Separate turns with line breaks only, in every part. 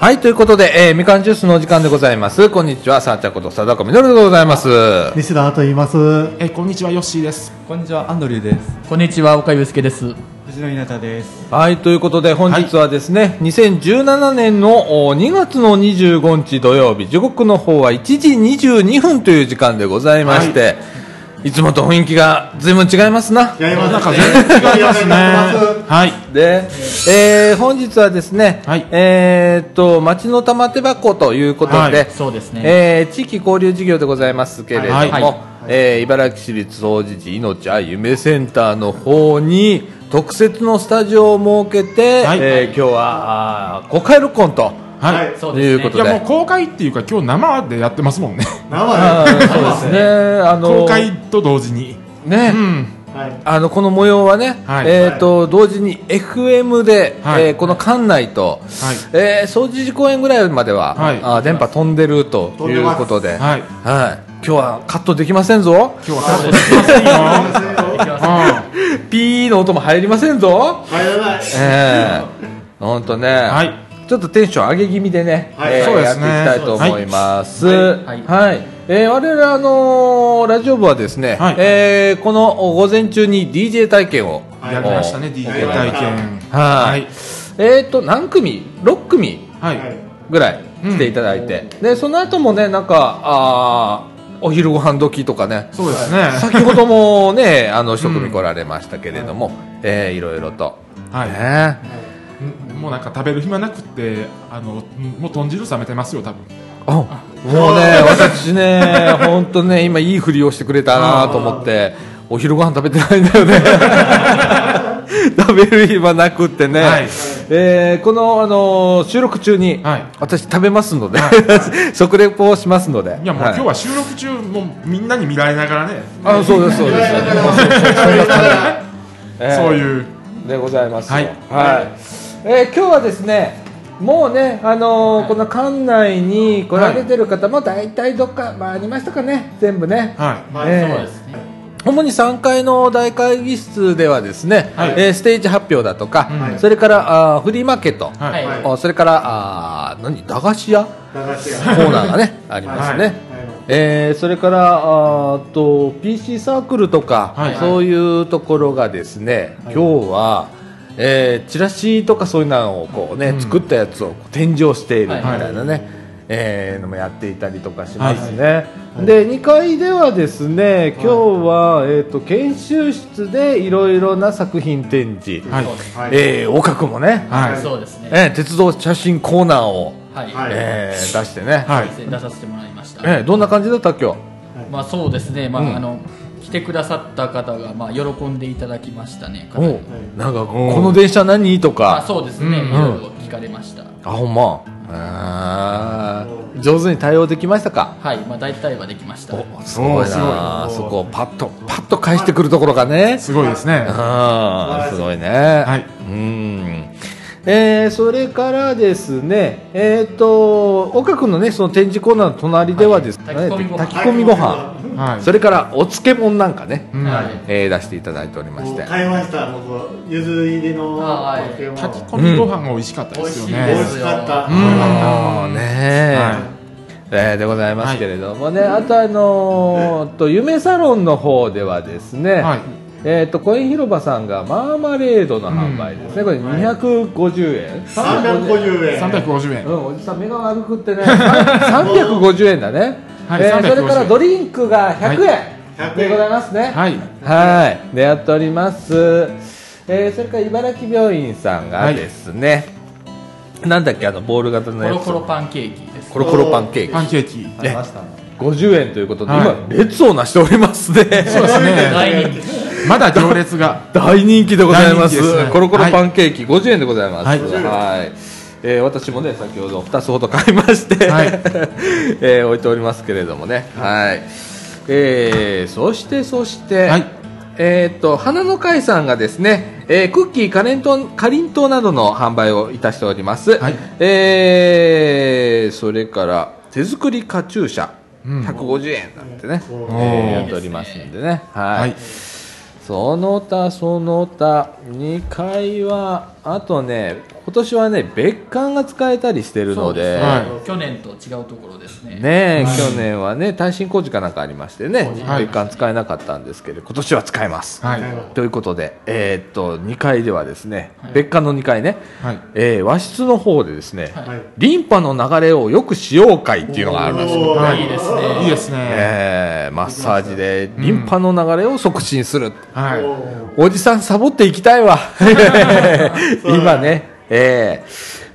はい、ということで、えー、みかんジュースのお時間でございます。こんにちは、さあちゃんこと、さだこみのるでございます。
西田と言います。は
えこんにちはヨッシーです
こんにちは、アンドリューです。
こんにちは、岡祐介です。
藤野稲田です。
はい、ということで、本日はですね、2017年のお2月の25日土曜日、時刻の方は1時22分という時間でございまして、い、つもと雰囲気が随分違いますな。
違います。なんか
違いますね はい
で、えー本日はですね、
はい
えーっと、町の玉手箱ということで、
はい
そうですね。
えー地域交流事業でございますけれども、
はい
はい
えー茨城市立総除寺いのちあゆめセンターの方に特設のスタジオを設けて、
はい
えー今日はあー公開録音と
はい、
そう
い
です
う
ね。
こと
い
で。
やもう公開っていうか今日生でやってますもんね
あ
生
ーそうですね。あの
公開と同時に
ね、
うん
で。はい。
あのこの模様はね、
はい
えー、と同時に FM で、
はい
えーこの館内と、えー総除寺公園ぐらいまでは、
はい
あー電波飛んでると
飛ん
い
で
う
ます
ことで、はい
はい
今日はカットできませんぞ。
今日はカットできませんようん
ピーの音も入りませんぞ。
入らない。
ええほんとね、
はい
ちょっとテンション上げ気味でね、
はい
えー
そうで
やって
す
い
ね
きたいと思います。
はい
は
はいい
えー我々、あのーラジオ部はですね、
はい
えーこの午前中に DJ 体験を、
はい
やりましたね DJ 体験
はいえっ、と、何組 ?6 組
はい
はい
ぐらい来ていただいて、で、その後もね、なんか、あーお昼ご飯時とかね、
そうですね
先ほどもね、あの、一組来られましたけれども、えーいろいろと。
はい
ね
もうなんか食べる暇なくってあのもう豚汁冷めてますよ多分
あもう ね、私ね、本当ね、今いいふりをしてくれたなと思って、お昼ご飯食べてないんだよね。食べる暇なくってね、
はい
えーこの、あのー収録中に、
はい
私食べますので、食レポをしますので。
いやもう今日は収録中もうみんなに見られながらね
はいあ、そうです、そうです。えー
そういう
でございますよ
はい
はいえー今日はですねもうね、あのーこの館内に来られてる方も大体どっか、まあ、ありましたかね全部ね、
はい
まあ
えー
そうですね。
主に3階の大会議室ではですね、
はい
えーステージ発表だとか、
はい
それからあーフリーマーケット、
はい
はい
あそれからあー何駄菓子屋
駄菓子
コ
が。
ーナーがねありますね、
はい
えーそれからあーと PC サークルとか、
はい
そういうところがですね、今日は、えーチラシとかそういうのをこう、ね作ったやつを展示をしているみ
はい
たいなね、えーのもやっていたりとかしますね、で2階ではですね今日は、えー、と研修室でいろいろな作品展示、
はい
はい。
えー、岡君もね、
はい
そうですね。
えー鉄道写真コーナーを、
はい。
はい
えー出してね、
はい
出させてもらいました。
えーどんな感じだった今日
まあそうですね。まあ、
うん
あの来てくださった方がまあ喜んでいただきましたね。
おうなんか、この電車何と
あ、
か、
そうですね。い
うん
ろいろ聞かれました。
あ、ほんま。えー上手に対応できましたか
はい。まあ大体はできました。
おすごいなあ
おす
そ
ごい
こをパッと、パッと返してくるところがね。
すごいですね
ああ、すごいね。はいうん。えーそれからですね、えっ、と、岡君のね、その展示コーナーの隣ではですね、
はい炊き込みご飯
炊き込みご飯、
はい
それからお漬物なんかね、
うん
はい。
えー出していただいておりま
も
し
う
て。
買いました。僕ゆず入りの
あはい
お漬物
炊き込みご飯が美味しかったですよ
美味
美
し
ね
味
い
しかった。
うん
もうねえ、
はい
えーでございますけれどもね、あとあのーと夢サロンの方ではですね、
はい
えっ、とコイン広場さんがマーマレードの販売ですね、これ250円、
三百五十円。
350円
うん、おじさん目が悪くってね350円だね、
はい
えー
350
それからドリンクが100
はい
円でございますね、
はい
はい、でやっております。えー、それから茨城病院さんがですね、なんだっけあのボール型の
コ
やつ
ロコロパンケーキです。
コロコロパンケーキ
パンケーキ
ね50円ということで、
はい
今列をなしておりますね。
そう ですね
大人気。
まだ行列が
大人気でございます
大人気ですね
コロコロパンケーキ50円でございます。は。
はいい
えー私もね、先ほど2つほど買いまして、
はい
えー置いておりますけれどもね。はい。えーそして、そして、
はい
えーっと、花の会さんがですね、えークッキー、カレントン、かりんとうなどの販売をいたしております。
はい
えーそれから、手作りカチューシャ、150円なんてね、
お
えー
おー
やっておりますんでね。はい
はい
その他その他2階はあとね今年はね別館が使えたりしてるので
そうすね
はい
去年と違うところですね
ねえ、去年はね耐震工事かなんかありましてね、
はい
別館使えなかったんですけど今年は使えます、
はい
ということで、えーっと2階ではですね、別館の2階ね、
はい
えー和室の方でですね、
はい
リンパの流れをよくしよう会っていうのがあるんですよ、
おー
はい
いいですね
いいですね
えーマッサージでリンパの流れを促進する、
はい
おー
おじさんサボっていきたいわ 今ねえ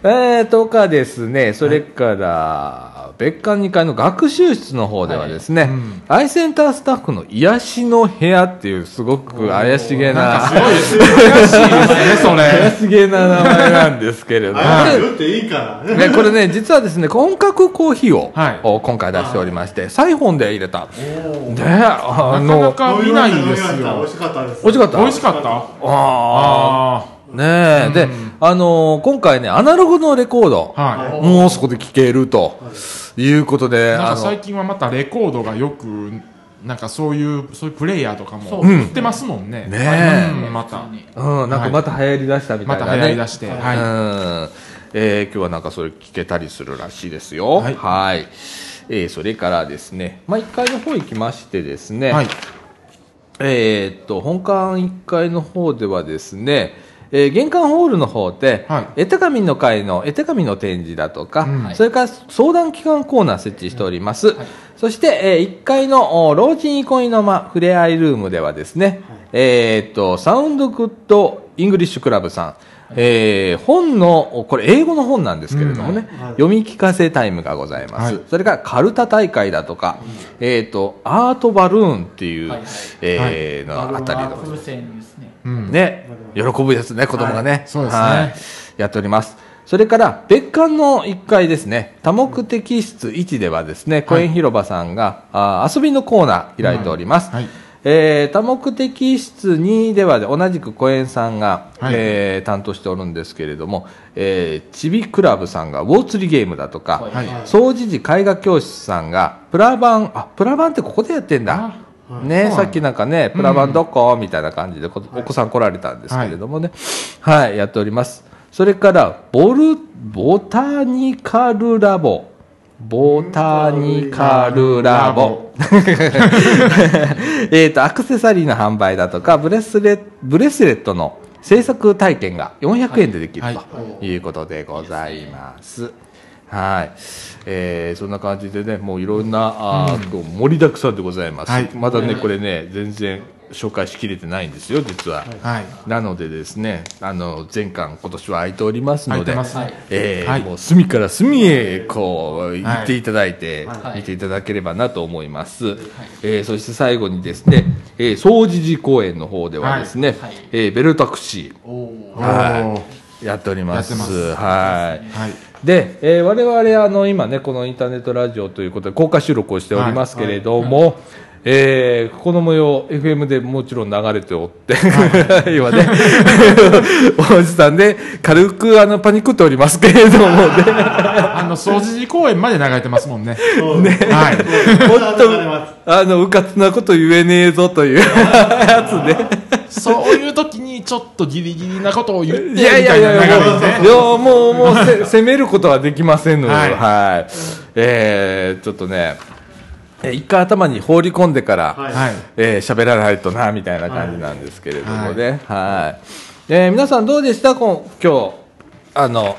ー、えーとかですねそれから、別館2階の学習室の方ではですね、アイセンタースタッフの癒しの部屋っていうすごく怪しげな
すごいですね悔しいですねそ
怪
れ
しげな名前なんですけれども
あれ打っていいからね。
ね、これね、実はですね、本格コーヒーを、
はい
お今回出しておりまして、サイフォンで入れた。で、
な
あ
かな
の、
か見ないです
飲み終わ
よ
った美味しかったです。
美味しかった
美味しかった
あ
あ
ーねえ、で、あのー今回ね、アナログのレコード、
あはい
もうそこで聴けるということで、
なん
あ
か最
の、
近はまたレコードがよくなんかそういうそういうプレイヤーとかも
そう
売ってますもんね。
ね
え
うん
また
普通に
うん、なんかまた流行り出したみた
ま
い
た
な
流行り
ね
出。して、
う
は
んえー今日はなんかそれ聞けたりするらしいですよ。は。
はいい
えーそれからですね、まあ、1階の方行きましてですね、
いはい
えーっと、本館1階の方ではですね、えー玄関ホールの方で、
はい
絵手紙の会の絵手紙の展示だとか、
うん
それから相談機関コーナー設置しております。そして、えー1階のお老人憩いの間ふれあいルームではですね、えーっと、サウンドグッドイングリッシュクラブさん、えー本の、これ英語の本なんですけれどもね、
うんはい
読み聞かせタイムがございます。
はい
それからカルタ大会だとか、えっ、と、アートバルーンっていう、
はいはい
えー
バ
の
ル
あたり
ーン
の
は風船ですね
うん
ね、喜ぶやつね、子供がね。
そうですね
はいやっております。それから、別館の1階ですね、多目的室1ではですね、公園広場さんが、あー遊びのコーナー開いております。
うんはい
えー多目的室2ではで同じく公園さんが、
はい
えー担当しておるんですけれども、えーちびクラブさんがウォー釣りゲームだとか、
はい
はい
掃除時絵画教室さんがプラバンあプラバンってここでやってんだ
あはい
そうなん
ね
だ
さっきなんかねプラバンどこ、みたいな感じでこお子さん来られたんですけれどもねはい、やっておりますそれからボルボタニカルラボボタニカルラボ えっとアクセサリーの販売だとかブレスレブレスレットの制作体験が400円でできると、
はいは
ということでございます。はい、えーそんな感じでね、もういろんなあー、こう盛りだくさんでございます。
はい
まだね、これね、全然紹介しきれてないんですよ、実は。
はい
なのでですね、あの前巻今年は空いておりますの
空い
で
てますね、
えー
はい
もう隅から隅へこう行っていただいて、
はい
見ていただければなと思います。えーそして最後にですね、えー総持寺公園の方ではですね、
はいはい
えーベルタクシー、は
お
い、やっております。
やってます
はい。
はい
で、えー我々あの今ねこのインターネットラジオということで公開収録をしておりますけれども、えーこの模様 FM でもちろん流れておって、 今ねおじさんで軽くあのパニックっておりますけれどもね
あの掃除公園まで流れてますもんね。
そうですね。
はい
も
本
っとあのうかつなこと言えねえぞというやつね
そういう時にちょっとギリギリなことを言ってみ
いや
た
い
いな
やい
流
や
れ
いや
ね。
もうもうもうせ攻めることはできませんので、は
はいい
えーちょっとねえー一回頭に放り込んでから、
はい
はい
えー喋らないとなみたいな感じなんですけれどもね、はいえー皆さんどうでしたこん今日あの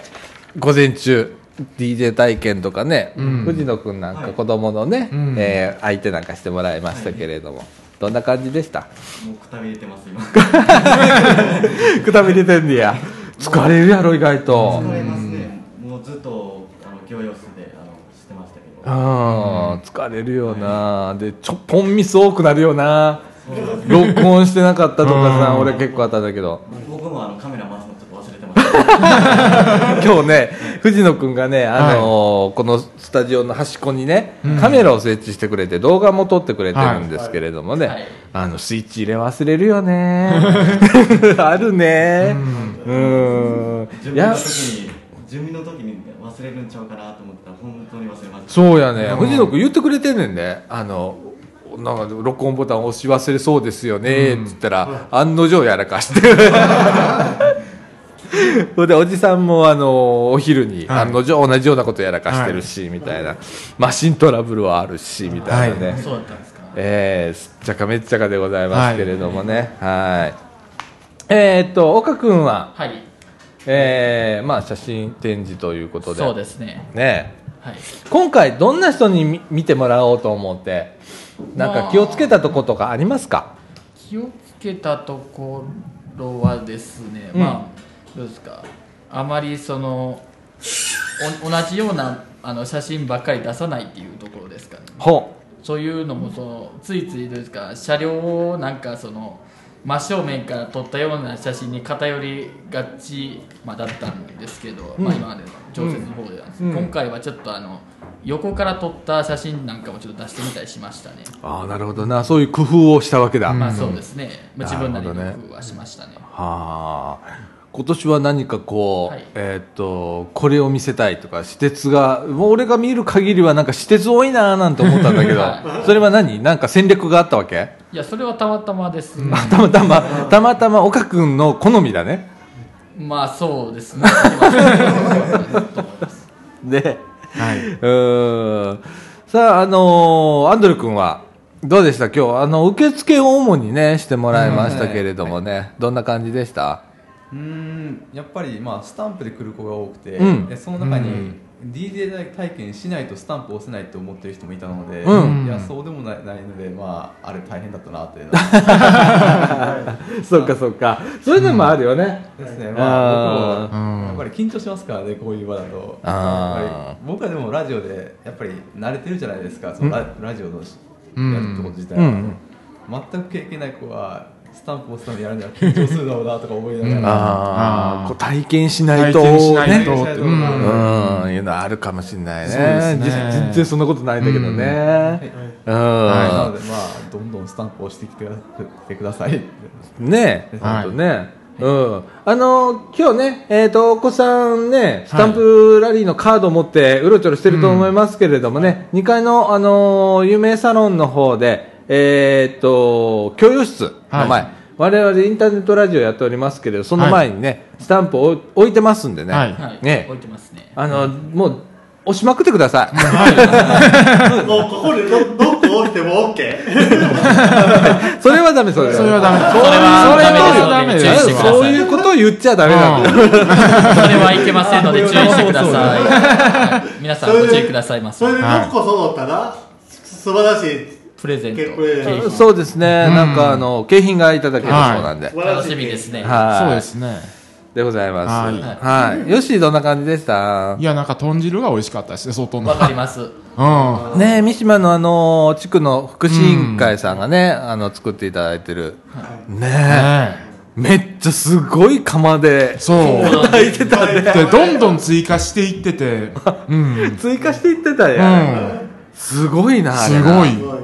午前中 DJ 体験とかね、藤野君なんか子供のね、
ん
えー相手なんかしてもらいましたけれども、どんな感じでした
もうくたびれてます今。
くたびれてんねや疲れるやろ意外と。
疲れますね。もうずっとあの教養室であのしてましたけど。
あー疲れるよな、でちょっぽんミス多くなるよな録音してなかったとかさ、俺結構あったんだけど
僕もあのカメラ回すのちょっと忘れてました。
今日ね藤野君がね、あのーこのスタジオの端っこにね、カメラを設置してくれて動画も撮ってくれてるんですけれどもね、
はい
あのスイッチ入れ忘れるよね あるねうん
準
いや
備の時に準備の時に忘れるんちゃうかなと思ったら本当に忘れました。
そうやね、藤野君言ってくれてんねんねあのなんか録音ボタン押し 忘れそうですよねって言ったら、案の定やらかしてそれでおじさんもあのお昼に
はい
案の定同じようなことやらかしてるし、みたいなマシントラブルはあるしみたいなね、
そうだったんですか。
えー、すっちゃかめっちゃかでございますけれどもねはいえー、っと岡君は、
はい。
えーまあ、写真展示ということで
そうですね。
ね
はい。
今回どんな人に見見てもらおうと思ってなんか気をつけたとことかありますか、
気をつけたところはですね、
うん
まあどうですかあまりそのお 同じようなあの写真ばっかり出さないっていうところですかね
ほ
そういうのもそのついついどうですか車両をなんかその真正面から撮ったような写真に偏りがち、まあ、だったんですけど、まあ、今までの調節の方では、
うん
今回はちょっとあの横から撮った写真なんかもちょっと出してみたりしましたね、
ああなるほどなそういう工夫をしたわけだ、
まあ
は
そうですね、まあ、自分なりの
なるほどね
工夫はしましたね
あ今年は何かこう、
はい
えーっとこれを見せたいとか私鉄がもう俺が見る限りはなんか私鉄多いなーなんて思ったんだけど、
は
それは何なんか戦略があったわけ、
いやそれはたまたまですね、
あたまたまたまたま岡君の好みだね
まあそうですね は
で
は
う
い。
ーんさああのーアンドレ君はどうでした今日あの受付を主にねしてもらいましたけれどもね、どんな感じでした
うーんやっぱりまあスタンプで来る子が多くて、
うん
でその中
う
に
ん
DJ 体験しないとスタンプ押せないと思ってる人もいたので、
うん
いやそうでもないないので、まあ、あれ大変だったなっていうの
そうかそうかそういうのもあるよね、
ですね、まあ、僕
うん
もやっぱり緊張しますからねこういう場だと
あー
やっぱり僕はでもラジオでやっぱり慣れてるじゃないですかそのラ,、ラジオのし
うん
やるってこと自体
う
は、
ん
全く経験ない子はスタンプ押すためにやるには緊張するだろうなとか思いながら。
あ
あ
あ
ー
こう体験しな
体
いと
験しない
ね
とって。うん
う
うん
ん、いうのあるかもしれないね
そうですね
じ全然そんなことないんだけどねうん、
はい、なので、まあ、どんどんスタンプを押してきてください。
ねえ、
はい
ほんとね。うん。あの、今日ね、えっ、と、お子さんね、スタンプラリーのカードを持って、うろちょろしてると思いますけれどもね、2階の、あのー、有名サロンの方で、えっ、と、教養室の前、
は
我々インターネットラジオやっておりますけれど、その前にね、スタンプを置いてますんでね、
はい
い、
ね
置いてますね
あの、もう、押しまくってください。
もうここでどどこ降りても OK
それはダメ、それは。
それはダメ。
それは
ダメです
それは
注意してください
そういうことを言っちゃダメなんだよ
それはいけませんので注意してください、はい皆さんご注意くださいま
そ
せ
れでど
はい
こそだったら素晴らしい
プレゼント
結構いい
景品
そうですね、なんかあの景品がいただけるそうなんで、
素晴ら
楽
しい
しみですね
はい
そうですね。
でございます。は、
はい
よしどんな感じでした
い。や、なんか豚汁が美味しかったですね、外の。
わかります
うん。
ねえ三島のあの地区の福祉委員会さんがね、あの作っていただいてる。ね
ね
え、めっちゃすごい釜で
え。そう。
炊いてたね。
で、どんどん追加していってて、うん。
追加していってた
う
や、
ん。
すごいなあれ
す
な
ごい
す。ごい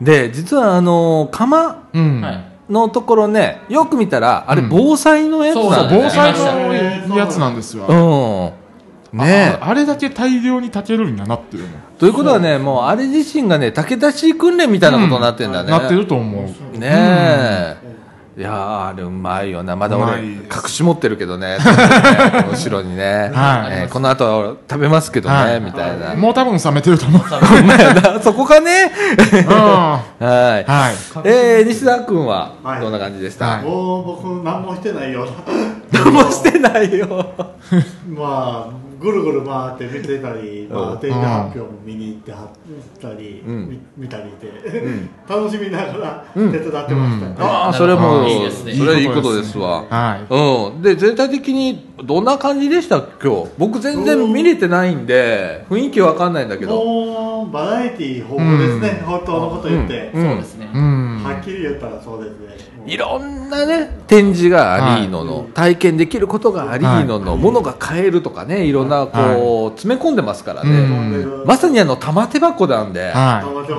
で実はあの釜
うん。
はい
のところねよく見たらあれ防災のやつ
そ
なの
うそう
ね
防災のやつなんですよ。
うんねえ
ああれだけ大量に炊けるんだなっていうの。
ということはね、もうあれ自身がね、武田市訓練みたいなことになってんだね。
なってると思う。
ねえ。いやー、あれうまいよな。まだ俺、
うまい
隠
です
し持ってるけ どね。後ろにね。
はい
えーこの後食べますけど
は
ね、
い
みたいな。
もう多分冷めてると思 う。
うまいなそこか ね。
うん。は。
はいい。えー、西田君は
はい
どんな感じでした、
はい
もう僕何もしてないよ
何もしてないよ。
まあぐるぐる回って見てたり、ま
う
あ、
ん
展示発表も見に行ってはったり、
うん
み見たりで、 楽しみながら手伝ってましたよね、
ああ、
な
そ
る
れ
ほど
も、
いいですね
それいいことですわ。
は
うん、で全体的にどんな感じでした今日僕全然見れてないんで雰囲気わかんないんだけど
もうバラエティー豊富ですね、本当のこと言って、
ん
そうですね、
い。うん。
はっきり言ったらそうですねもう
いろんなね展示がありのの、体験できることがありのの、ものが買えるとかねいろんなこう、詰め込んでますからね、
うん
飛んでる
まさにあの玉手箱なんで、
は
頑張ってますね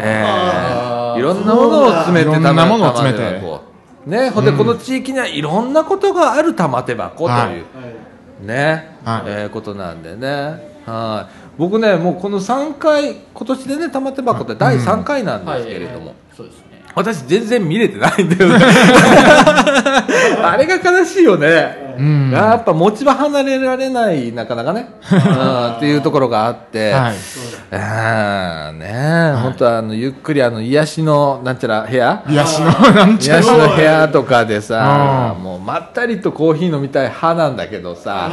え
あ
ー
ー
いろんなものを詰めて
いろんなものを詰めて
玉手箱ねほんでこの地域にはいろんなことがある玉手箱と
はい
いう、
はい
ね、
はい
えーことなんでね。はい。僕ね、もうこの3回、今年でね、玉手箱って第3回なん
は
で
い
すけれども、
そうですね
私全然見れてないんだよね。あれが悲しいよね。
うん
やっぱ持ち場離れられない、なかな かね、うんっていうところがあって、
はい
あーねえ、本当はあのゆっくりあの癒しのなんちゃら部屋
癒しの なんちゃ
癒
ら
し
の
の部屋とかでさ、
う
もうまったりとコーヒー飲みたい派なんだけどさ、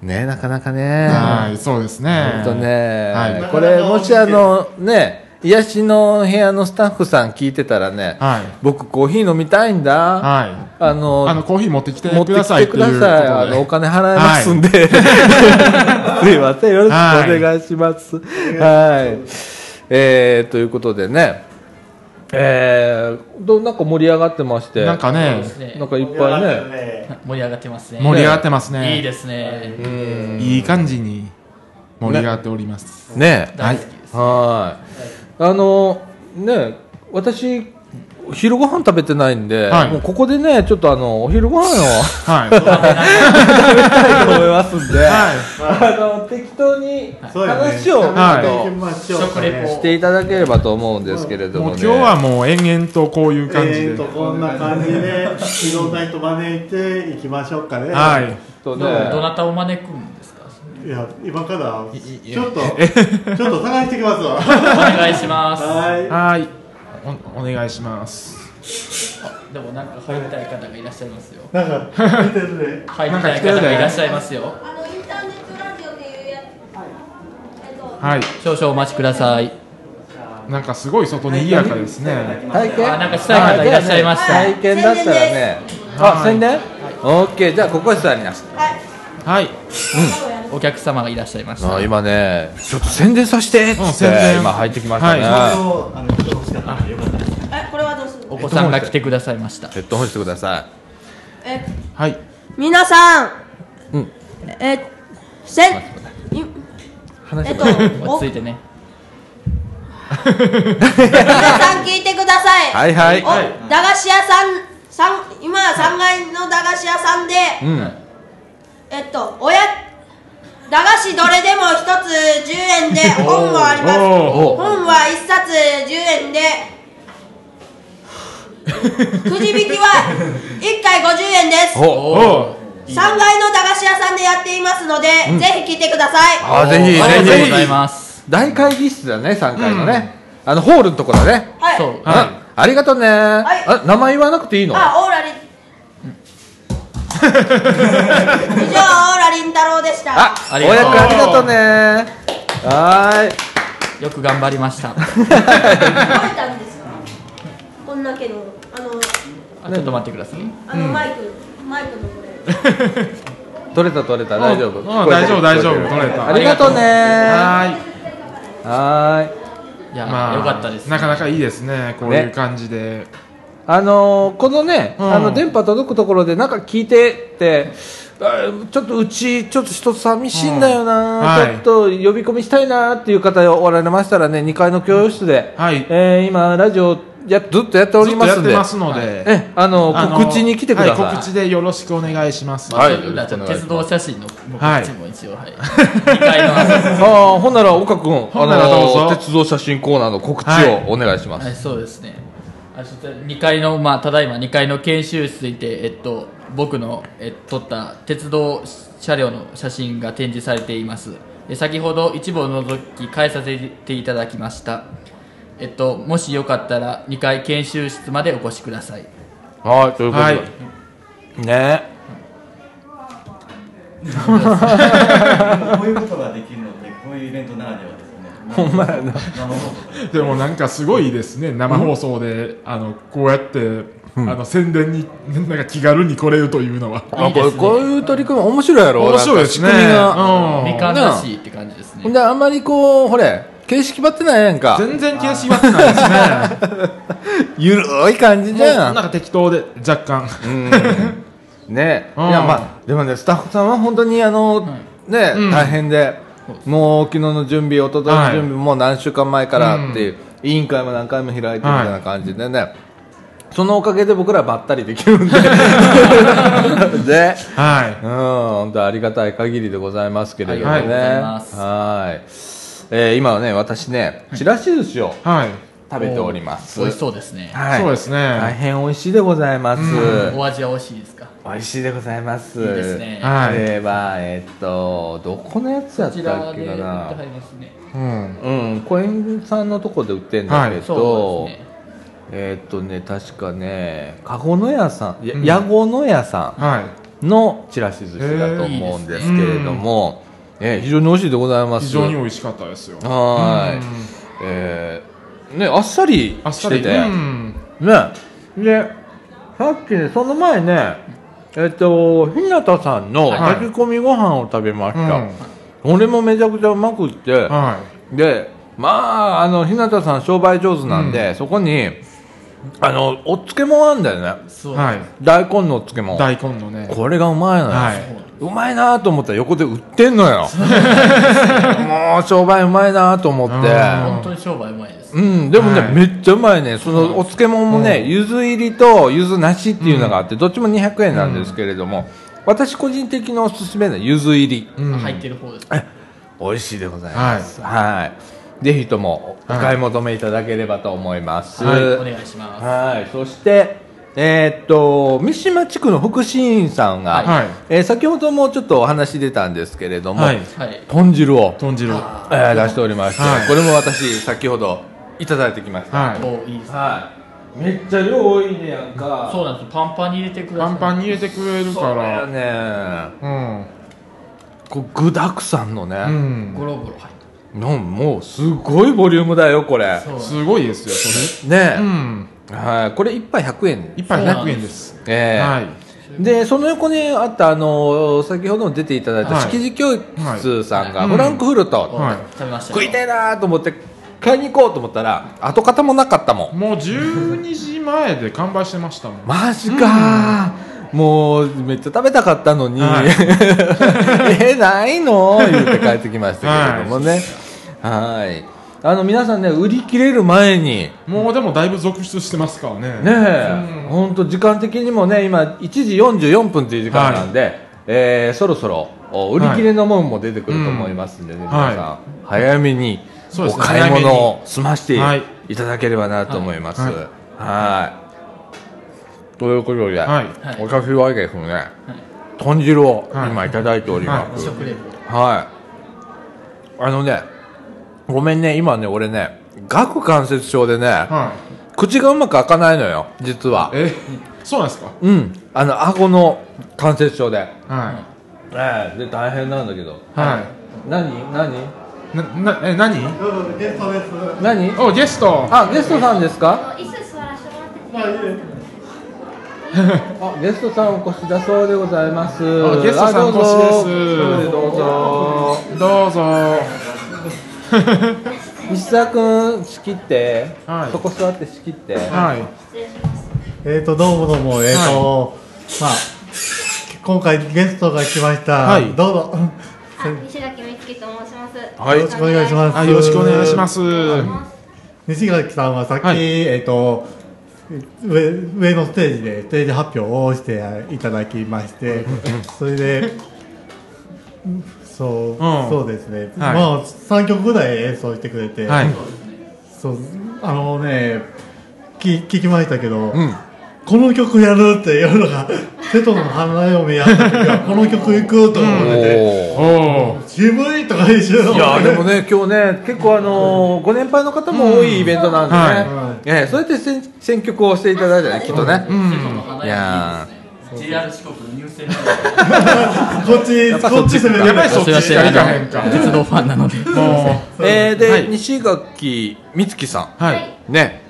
ねえなかなかね、
はいそうですね
本当ね、
はい
これもしあのね癒しの部屋のスタッフさん聞いてたらね、
はい
僕コーヒー飲みたいんだ、
は
あの
いあのコーヒー持ってきて
持って
くだ
き
さ
て
いと
く
いう
だ
こ
さ
と
い
で
あのお金払いますんで、すいませんよろしくお願いしますはい、えーということでねえー、どうなんか盛り上がってまして
なんかね
ですね
なんかいっぱいね
ね。
盛り上がってますね
盛り上がってますね
いいですね、
いい感じに盛り上がっております、
ね
大好きです、
はいあのね私お昼ご飯食べてないんで、
はい
もうここでねちょっとあのお昼ご飯を
はい
したいと思いますんで、
はい
あの適当に
そうやね
話を、
はい
ちょっと
行きましょうかね
食レポ
していただければと思うんですけれど
もう
も
今
ね
日はもう延々とこういう感じで、
えーと、こんな感じで、いろんな人招いていきましょうかね。
はい
とね
どどなたを招くんですか
い。いや、今から、
いいい
ちょっ と、ちょっと探してきますわ。は
お願いします
い。
はいおお願いします
でもなんか入りたい方がいらっしゃいますよ
なんか、見てるね。
入りたい方がいらっしゃいますよ
あのインターネットラジオっていうやつ。えっと
はい
少々お待ちください
なんかすごい外に賑やかですね
体験
あなんかしたい方いらっしゃいました
体験だったらねあ
宣
宣伝オッケーじゃあここに座ります
はい
お客様がいらっしゃいました
あ今ねちょっと宣伝させてっつ
うん
っ
宣
て
伝
今入ってきましたね、
は
それをあの来てほしかったのでよかったです
え、これはどうする
お子さんが来てくださいました
ヘッドホンしてくださ
え、
はい
皆さん。
うん
え、せん。
待
い
い話
えっ
が
と、
落
お
ち着いてね
皆さん聞いてください。
はいはい
お、駄菓子屋さん、さん、今三階の駄菓子屋さんで、
うん
えっと、おや。駄菓子どれでも一つ10円で本もあります
おー
本は一冊10円でくじ引きは1回50円です
お
おう
3階の駄菓子屋さんでやっていますので、ぜひ来てください
あぜひ
ありがとうござ
ぜ
い
ひ
ます
大会議室だね3階のね、あのホールのとこだね、
はい
そう
あありがとうね、
い
あ名前言わなくていいの
あオーラリン以上オーラリン太郎でした
あ
あり
親
がとう
子ありがとうねはーい
よく頑張り ました
覚えたんですかこんだけのあの
あちょっと待ってください
あのマイク、マイクのこれ
取れた取れた大丈夫
うん
聞こえてる
うん大丈夫大丈夫
聞こえてる
取れた
ありがとうね
はい
はーい
いや、
まあ
よかったです
なかなかいいですねこういう感じで、
あのーこのね、
うん
あの電波届くところでなんか聞いてってあちょっとうちちょっと一つ寂しいんだよ
うん
な、
はい
ちょっと呼び込みしたいなっていう方がおられましたらね2階の教養室で、
はい
えー今ラジオやずっとやってお
ず
り
っと
ま
や
す
っ
ん
て
で
ますので、
えあの
あの
告知に来てください、
はい告知でよろしくお願いします
はい
そううのはちょっと鉄道写真の僕
はい
たちも一応 はい、2階の
ああほんなら岡君
ほんならどうぞ
あのー鉄道写真コーナーの告知
はい
をお願いします、
はい、そうですね。あ、そして二階の、まあ、ただいま2階の研修室にて、えっと、僕の、えっと、撮った鉄道車両の写真が展示されています。え先ほど一部を除き返させていただきました。えっと、もしよかったら2階研修室までお越しください。
はい、ということで。
はい
ね。
でもこういうことができるのってこういうイベントならではですよね
ほんま やな。
生放送とか
でもなんかすごいですね生放送で、あのこうやって、あの宣伝に なんか気軽に来れるというのは
あ
いいで
こ
す
れ
ね
こういう取り組み面白いやろ。
面白いですね
なんか仕組み
う
が。
ん
みかんらしいって感じです
ほん
ね。
で、あんまりこう、ほれ、形式ばってないやんか。
全然形式はってないですね
ゆるい感じじ
も
ゃ
うなん
ん。
か適当で若干
ね。い
うん
や、まあ、でもね、スタッフさんは本当に、あの、ね、
うん
大変で、もう昨日の準備、一昨日の準備、もう何週間前からっていう、委員会も何回も開いてみたいな感じでね。そのおかげで僕らばったりできる んで。で。
はい
うん、本当ありがたい限りでございますけれどもね。
ありがとうございます
はい。えー今はね、私ね、ちらし寿司を、
はい
食べております。
美味しそうですね、
はい、
そうですね
大変美味しいでございます。
お味は美味しいですか
美味しいでございます。
いいですね
はい
では、えっと、どこのやつや
こ
っ
ち
た
ら
っ
で
けか
売って
な
は。りますね
うん
うん、コエンさんのとこで売ってんだけど、
そうですね
えっとね、確かね、カゴの屋さん、やヤゴの屋さ
はい
んのちらし寿司だと思うんですけれども、え非常に美味しいでございます。
非常に美味しかったですよ
はーい。えー、ね、あっさり
あっ
し
さ
て
り
て、
うん
ねでさっきねその前ねえっと日向さんの
はい
炊き込みご飯を食べました、
うん
これもめちゃくちゃうまくって、
は
でまああの日向さん商売上手なんで、そこにあのお漬物あんだよね
そ
いうはい
大根のお漬物
大根のね
これがうまいのよ、
はいう
まいなと思ったら横で売ってんのよ もう商売うまいなと思って
うん
本当に商売うまいです、
うん、でもね、
はい
めっちゃうまいね。そのお漬物もね、柚子入りと柚子なしっていうのがあって、どっちも200円なんですけれども、私個人的なおすすめの柚子入り、
うん
入ってる方です
美味しいでございます。はい。ぜひともお
はい
買い求めいただければと思います。
はいお
はい。
願いします、
そして、えーっと、三島地区の福祉院さんが、
はい
えー先ほどもちょっとお話出たんですけれども、
はい
はい
豚汁を、
豚汁を
えー出しておりまして、
はい
これも私先ほどいただいてきました。
はい
おいいですね
はい。めっちゃ量多いねやんか
そうなんですパンパンに入れてく
パ
ださい
ンパンに入れてくれる
そ
か
うや
ら
ね。
うん
こう具だくさんの
う
ね。
ん
ゴロゴロ入ってる
のもうすごいボリュームだよこれ。
そう
すごいですよそ
ね
れうん
はい。これ一杯100円。
一杯
そうなん
100
です
円です
ええ
はい
でその横にあったあの先ほども出ていただいた
はい
識字教室さん
は
が
い
フランクフルト、
お
はい
食べましたよ
食いたいなーと思って買いに行こうと思ったら跡形もなかったもん。
もう12時前で完売してましたもん
マジかー、もうめっちゃ食べたかったのに、
は
えないの言って帰ってきましたけれどもねはいあの皆さんね売り切れる前に
もうでもだいぶ続出してますからね
ねえ本当時間的にもね今1時44分という時間なんで、えーそろそろお売り切れのもんも出てくると思いますんでね、
ん
皆さん、
は
早めに
そう
お
ですね
買い物を済まして
はい
いただければなと思います。は
はいい
ということで、
はい
はい
私はですね、豚汁を
はい
今いただいておりま
お
す。はい。
食レポ
あのね、ごめんね、今ね、俺ね、顎関節症でね、
は。
口がうまく開かないのよ、実はい
えそうなんですか
うん、あの、顎の関節症で。
は
ええで、大変なんだけど。
いは
何何
いななえ何
どうぞゲストです。
何
おゲスト
あ、ゲストさんですか
椅子座らせてもらってて
まあいい
あ、ゲ
です。
ストさんお越しだそうでございます。
あゲストさんお越しです
あどうぞどうぞ。
どう ぞ
西澤君仕切って、
はい
そこ座って仕切って、
はい
えーと、どうもどうも、えーと、まあ、今回ゲストが来ました。
はい
どうぞ。
あ、西垣美月と申します。
はい
よろしくお願いします。
あよろしくお願いします
西垣さんはさっき、
はい
えっ、と上上のステージでステージ発表をしていただきまして それでそう、そうですね、
はい
まあ3曲ぐらい演奏してくれて、
はい
そうあのねき聞きましたけど、
ん
この曲やるっていうの が瀬戸の花嫁やった時はこの曲行くと思って
おー
お
渋いとか一緒
いやーでもね、今日ね、結構あのーご年配の方も多いイベントなんでね、
うんはい
ええそうやって選選曲をしていただいたね、きっとね。
うん
いや
JR 四国の入選
こっち
やっぱ
こっち攻め
お
て
やばいそっ
すい
ち
ま
し
せん
か行
あ
かへん
の
か
鉄道ファンなので
も
えーで、
はい
西垣美月さ
うはい
ん、ね、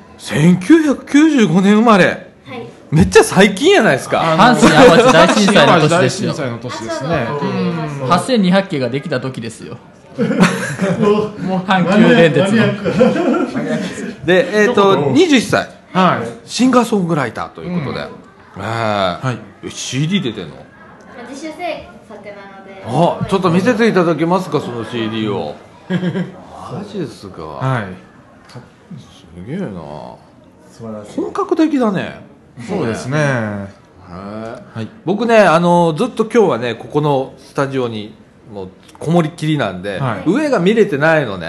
1995年生まれ、
はい。
めっちゃ最近やないですか。
阪神・淡路大震災の年
大
です
震
よ
災の年
あ、ちょ
で
う
す
ど
ね
お聞きしました。
8200系ができた時ですよ
もう
もう阪急電
マ
鉄
ニア
の
ック
で、えっ、と、21歳、
はい
シンガーソングライターということで、えー
はい
え CD 出てんの
まあ自主制作なので。
あちょっと見せていただけますかその CD をマジですか
はい
すげえな
素晴らしい
本格的だね
そうですね
はい僕ねあのずっと今日はねここのスタジオにもうこもりっきりなんで、
はい
上が見れてないのね、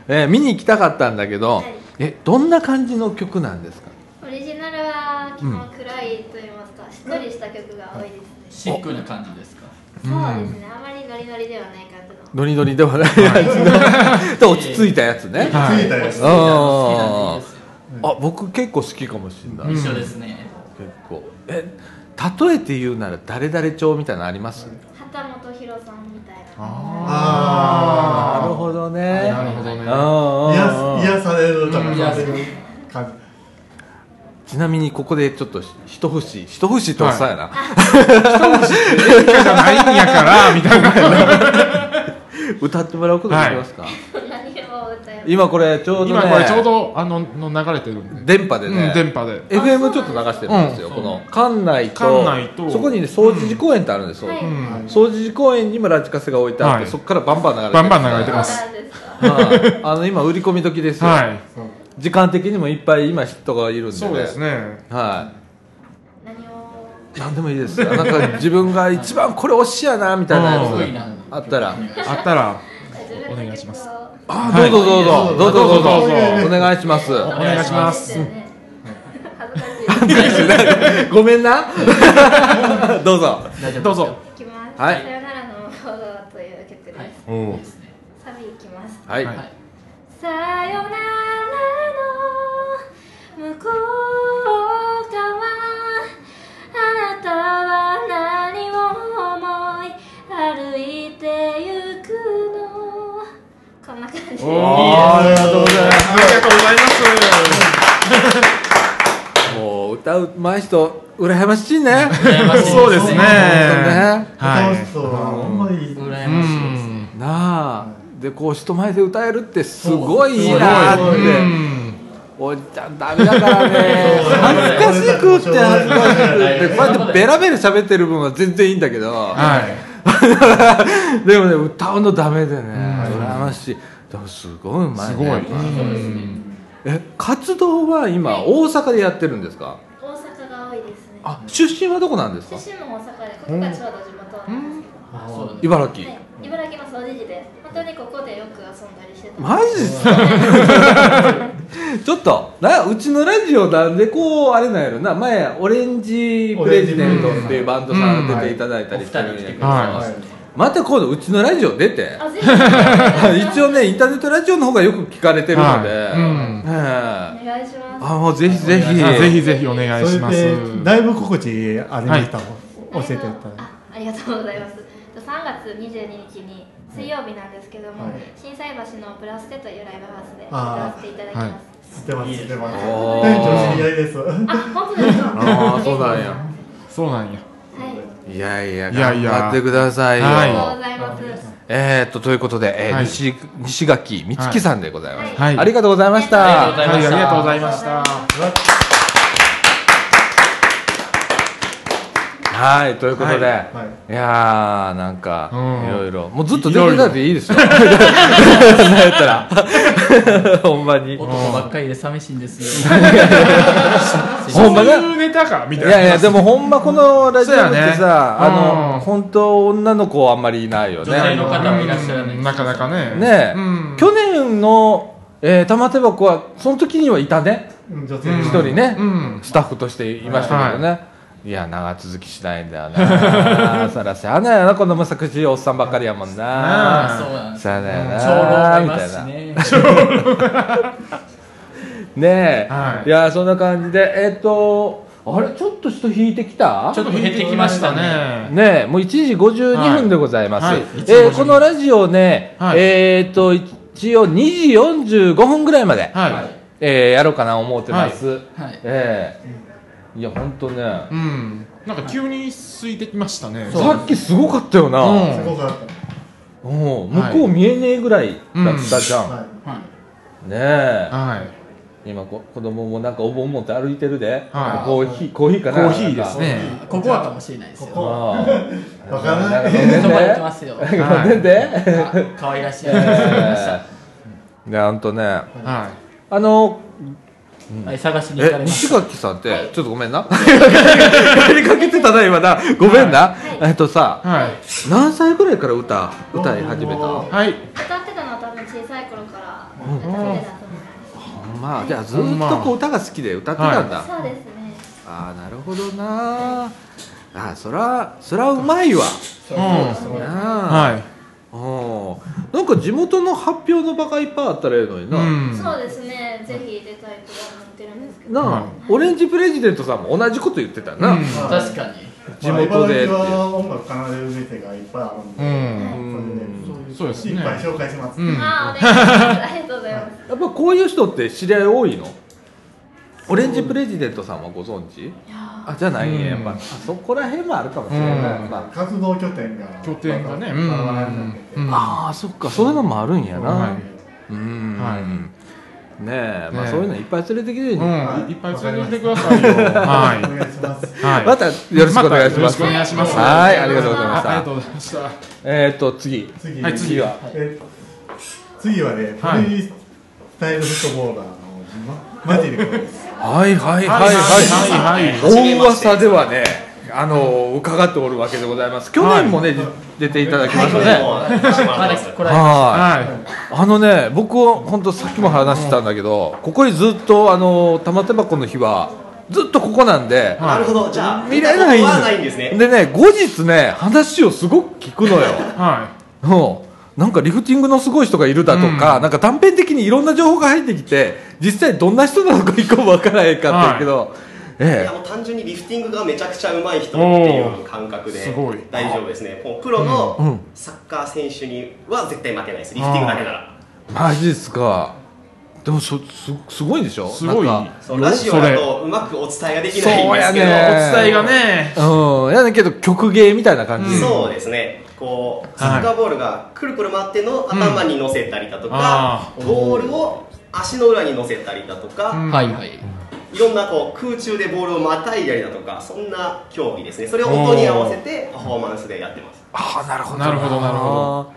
い
えー見に行きたかったんだけど、
はい
えどんな感じの曲なんですか
オリジナルは基本暗いと言いますか、しっとりした曲が多いですね。
シックな感じですか
そうですね、あまりノリノリではない感じの。
ノリノリではないやつの落ち着いたやつね、
はい
着いたやつ
あー
好き
あ僕結構好きかもしれない、
なんでいいです
結
よ一緒ですね
構え例えて言うなら誰々調みたいなのあります、
畑本博さんみたいな。
あ
なるほどね
なるほど ね
あ
あ
癒や癒されるから
うん
癒される感じ
ちなみにここでちょっと一節一節とさやな、
じゃないんやからみたいな
歌ってもらうことできますか、
何を歌います
今これちょうどね
今これちょうどあのの流れてるんで
電波でね、
うん電波で
FM ちょっと流してるんですよ、
うん
この館内と
館内と
そこにね総除寺公園ってあるんですよ、
はい、
ん
総除寺公園にもラジカセが置いてあって、
はい
そこからバンバン流れて
バンバン流れてま
あ
す
なんですか。
はいあの今売り込み時ですよ、
は
時間的にもいっぱい今人がいるんで、
いそうですね
は
何を。
い何でもいいですよなんか自分が一番これ推しやなみたいなや
得意
つ
な
あったら
あったら
お
お願いします。
あどうぞどうぞどうぞどうぞ
どうぞ
お願いします
お
お願いしま
ですすよね。恥ずかしいです。
ごめん などうぞ
大丈夫
どうぞ
いきます。
はい
さよならの報道という曲です。
はい
おお
ですね
サビいきます。
はい、
はい
さよならの向こう側あなたは何を思い歩いてゆくのこんな感じです
ありがとうございますありがとうござい
もう歌うまい人羨ましいね
羨
ま
ましい
すそうですね
本
は
歌う人はほんまに
羨
いう
ましいですね
ん
なあでこう人前で歌えるってすごいいいな
そう
っ
すごい
ておじちゃんダメだからね恥ずかしくって恥ずかしくってこうやってベラベラ喋ってる分は全然いいんだけど
はい
でもね歌うのダメでね羨ましいでもすごいうまいね
すごい
やっぱえ活動は今大阪でやってるんですか
大阪が多いですね
あ出身はどこなんですか
出身も大阪でここがちょうど地元なんです
そうですね
茨
け
城
ど、はい、茨城の掃除時で本当にここでよく遊んだりしてた
マジっすか ちょっとなうちのラジオなんでこうあれなんやろな前オレンジプレジデントっていうバンドさん出ていただいた
お
り
二
して
人
るん
来
やけ
てく
ど
ださい
は
ま
い
したね
また今度うちのラジオ出て
あぜひお願いします
一応ねインターネットラジオの方がよく聞かれてるので、
はい
ねえ
お願いします
あもうぜひぜひ
あぜひぜひお願いし
そ
ま
れ
す
でだいぶ心地ありました教えていただいて
あありがとうございます3月22日に水曜日なんですけども、
はい
心斎橋のブラステというライブハウスで
あー
歌わせていただきます
知ってます知ってます
おー
店長知り合いです
あ本当ですか
あーそうなんや
そうなんや
はい
いやいや
いやい
頑
や
張ってくださいよ
は
あ
い
りがとうございます、
えー、っとということで、えー
はい
西西垣美月さんでございました、
はい
ありがとうございました、
ありがとう
はい
ございまし
あ
た
りがとうございました
はい、ということで、い
は
やー、なんか、
うん
いろいろ、もうずっと出てたっていいですよ。なんやったら、 ほんまに。
男ばっかりで寂しいんですよ
ほんま
そう
が。
いうネタかみ
い
たいな
やいや、でもほんまこのラジオってさ、
そうやね
あ
うん
の、本当女の子あんまりいないよ
女性
ね。
の方もいらっしゃらない
なかなかね
ねえ、
うん
去年の、えー、玉手箱は、その時にはいたね。
うん女性
一人ね、スタッフとしていましたけどね、い、や長続きしないんだよなさらしゃあないよなこのむさくしいおっさんばっかりやもん
あ
な
あそうなんです
しゃあないよ
長老
な
もい
み
ま
た
す
いな
し
ねえ、
ね
はい
い、やそんな感じでえっ、とあれちょっと人引いてきた
ちょっと減ってきましたね
ねえもう1時52分でございます、
はいはい
えーこのラジオね、
はい
えっ、と一応2時45分ぐらいまで、
はい
えーやろうかな思ってます、
はい
ええいや本当ね、
うんなんか急に空いてきましたね
さっきすごかったよな、
うん
すごかっ
うん向こう見えねえぐらいだったじゃ
た
ん、
はい
ねえ
はい
今こ子供もなんかお盆持って歩いてるで、
はい
コーヒーコーヒーか
コ
な
ーヒーですね
ここはかもしれないですよ
ああ
わから
な
なんい
か飲んで
そこまで来ますよ
て飲んでて
あ可愛らしい
ええねあんとね
は
あの
はい探しに行か
え
れます
西垣さんって、ちょっとごめ んなやりかけてたな今なごめんな、えっとさ
いはい
何歳ぐらいから歌歌い始めた
お
ほ
ー
はい
歌ってたのは多分小さい頃から歌ってたと思います、
まあじゃあずっとこう歌が好きで歌ってたんだ、
そうですね
ああなるほどなああそらそらうまいわ
うん
なあ、
はい
おうなんか地元の発表の場がいっぱいあったらええのにな、
うん
そうですねぜひ出たいとは思ってるんですけど
なあ、オレンジプレジデントさんも同じこと言ってたな、
うん
確かに
地元でって
まあ、茨城は音楽奏でる店がいっぱいあるんで、
うん
うん
そうです
いっ
ね
ぱい紹介します、
うん
あーお願いしますありがとうございます
やっぱこういう人って知り合い多いのオレンジプレジデントさんはご存知あじゃないねやっぱ、
うん
あそこら辺もあるかもしれない、
うん
まあ
活動拠点が
拠点がねう
また
ん
バラバラになってて、
うん
ああそっかそういうのもあるんやな、
はい
うん、
はい
ねえ、まあ
ねえ
そういうのいっぱい連れてきて、
うんいっぱい連れてきてくださいよは
お願いします
いはい
またよろしくお願いし
またよろ
ます,、
しくお願いします
はいありがとうございまし
あありが
た
とうございました
えーっ、と次
次
はい次は
え次はね、
はい
フリースタイルフットボーラーのママジリコです
はいはいはい
はいはい
はい大噂ではねあの伺っておるわけでございます去年もね、出ていただきましたね、
まだ来られ
はい
はい
あのね僕は本当さっきも話してたんだけどここにずっとあの玉手箱の日はずっとここなんで、
い
なるほど、じゃあ、
見れない
ここはないんですね。
でね後日ね話をすごく聞くのよ
は
うん、なんかリフティングのすごい人がいるだとか、なんか断片的にいろんな情報が入ってきて実際どんな人なのか一個もわからへんかったけど、
い
え
や
え
もう単純にリフティングがめちゃくちゃ上手い人っていう感覚
おー
です
ごい
大丈夫ですねもうプロ
うんうん
のサッカー選手には絶対負けないですリフティングだけなら
マジですかでもそすすごいんでしょ
いすごい
なんか
そうラジオだとうまくお伝えができないん
そう
で
や
すけ
ね
ど
お伝えが
ね
うんやだけど曲芸みたいな感じ、
そうですねこうサッカーボールがくるくる回っての頭に乗せたりだとか、
う
ボールを足の裏に乗せたりだとか、
うん
はいはい
いろんなこう空中でボールをまたいだりだとかそんな競技ですねそれを音に合わせてパフォーマンスでやってます
ああなるほど
なるほどなるほど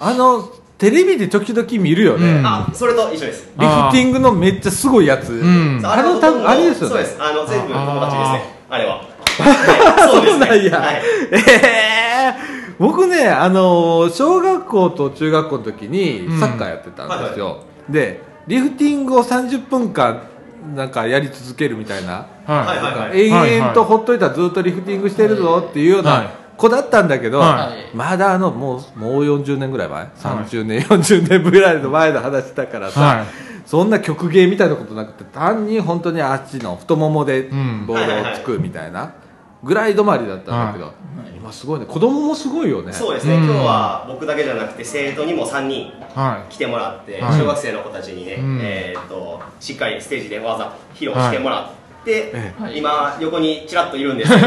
あのテレビで時々見るよね、
うん
リフ
あそれと一緒です
ティングのめっちゃすごいやつ、
うん
そう
あれは
ほ
多
と
分
んど
あれですよね
そうです。あの全部友達ですね。あれは。
そ
は
う
いそうですね
なんや、
はい
ええ僕ね、あのー小学校と中学校の時
う
に
ん
サッカーやってたんですよ、でリフティングを30分間なんかやり続けるみたいな、
は
はいはいはい。
永遠と
はい
ほっといたらずっとリフティングしてるぞっていうよ
は
う
い
な子だったんだけど、
はい
まだあのもうもう40年ぐらい前30年、40年ぐらいの前の話だからさ、
はい
そんな曲芸みたいなことなくて単に本当にあっちの太ももでボ
ん
ールをつくみたいなぐらい止まりだったんだけど、今すごいね子供もすごいよね
そうですね。今日は僕だけじゃなくて生徒にも3人
は
来てもらって、
はい
小学生の子たちにね、
うん
えーっとしっかりステージで技披露してもらって、
はい
今横にちらっといるんですけど、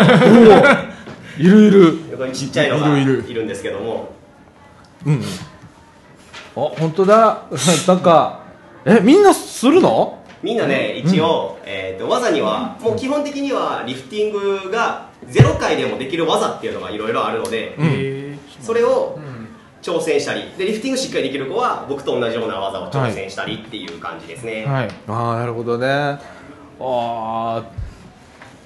いるいる
横にちっちゃいのが
い
い
るいる
るんですけども、
うんあ本当だ なんかえみんなするの
みんなね一応えーっと技にはもう基本的にはリフティングがゼロ回でもできる技っていうのがいろいろあるので、
い
それを挑戦したりでリフティングしっかりできる子は僕と同じような技を挑戦したりっていう感じですね、
はい
ああなるほどねああ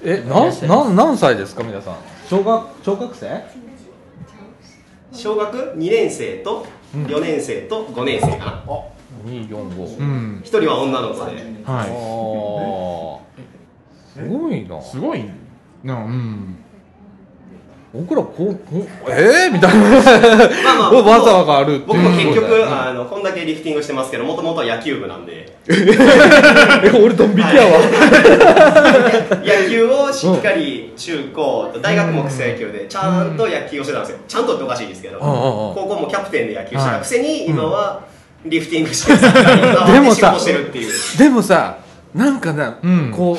えなんなん何歳ですか皆さん小学小学生
小学2年生と4年生と5年生かな
あ二四五
うん
1人は女の子で
あ
は
ーすごいない
すごいなうん
僕らこうこうえー、みたいな
まあまあ
わざわざあるっていう
僕も結
そうだよ
局
ね
あのこんだけリフティングしてますけどもともと野球部なんで
え俺ドン引きやわ、
野球をしっかり中高大学も草野球でちゃんと野球をしてたんですよちゃんとっておかしいですけど
んうんうん
高校もキャプテンで野球して
は
た
い
くせに今はリフティングしてサッカーにこだわって
でも
仕
さ
事してるっていう
でもさなんかな、
うん
こう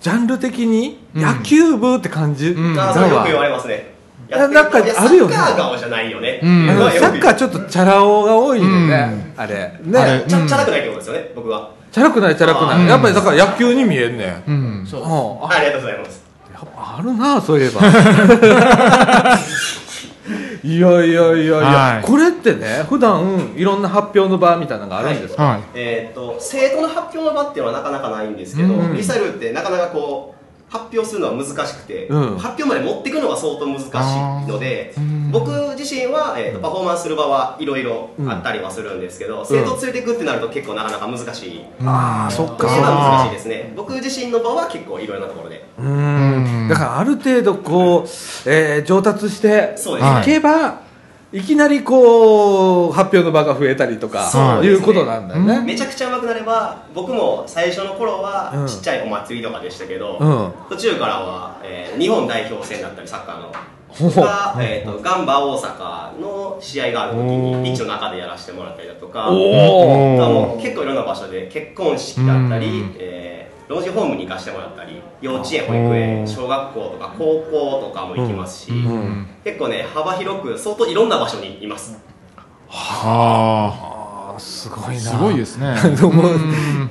ジャンル的に
うん
野球部って感じ、
ん
あー
だ
それよ
わ
く言われますね。
いやなんか
いや
あるよね
サッカー顔じゃないよね。
うん
あの
よく
サッカーちょっとチャラ男が多いよね、あれね
あれち
う
ゃ
ん
ちゃらくないってことですよね、僕は。
チャラくないチャラくない、
うん
やっぱりだから野球に見えんねん、
うん
そう
うん、あ
ありがとうございます。
やっぱあるなそう いえばいやいやいやいや、
はい
これってね普段いろんな発表の場みたいなのがあるんですか、
はい
えーっと、生徒の発表の場っていうのはなかなかないんですけど、
うん
リサルってなかなかこう、発表するのは難しくて、
うん
発表まで持っていくのが相当難しいので、
ん
僕自身は、えーとパフォーマンスする場はいろいろあったりはするんですけど、生徒連れていくってなると結構なかなか難しい、
ああそっ
こ
か
れ
そっ
は難しい
か
ですね僕自身の場は結構いろいろなところで
うんだからある程度こう、えー上達して
そうですね
いけば、い、きなりこう発表の場が増えたりとか
そう
い
ですね
うことなんだよね、
めちゃくちゃ上手くなれば僕も最初の頃
う
は
ん
ちっちゃいお祭りとかでしたけど、
うん
途中からは、えー日本代表戦だったりサッカーの
ほう
が、えー、とガンバ大阪の試合がある時にピッチの中でやらせてもらったりだとか
おお
あとはもう結構いろんな場所で結婚式だった
う
り
ん、
えー老人ホームに行かせてもらったり幼稚園保育
おー
園小学校とか高校とかも行きますし、
ん
結構ね幅広く相当いろんな場所にいます
は
すごい
あ
な
すごいですね
でも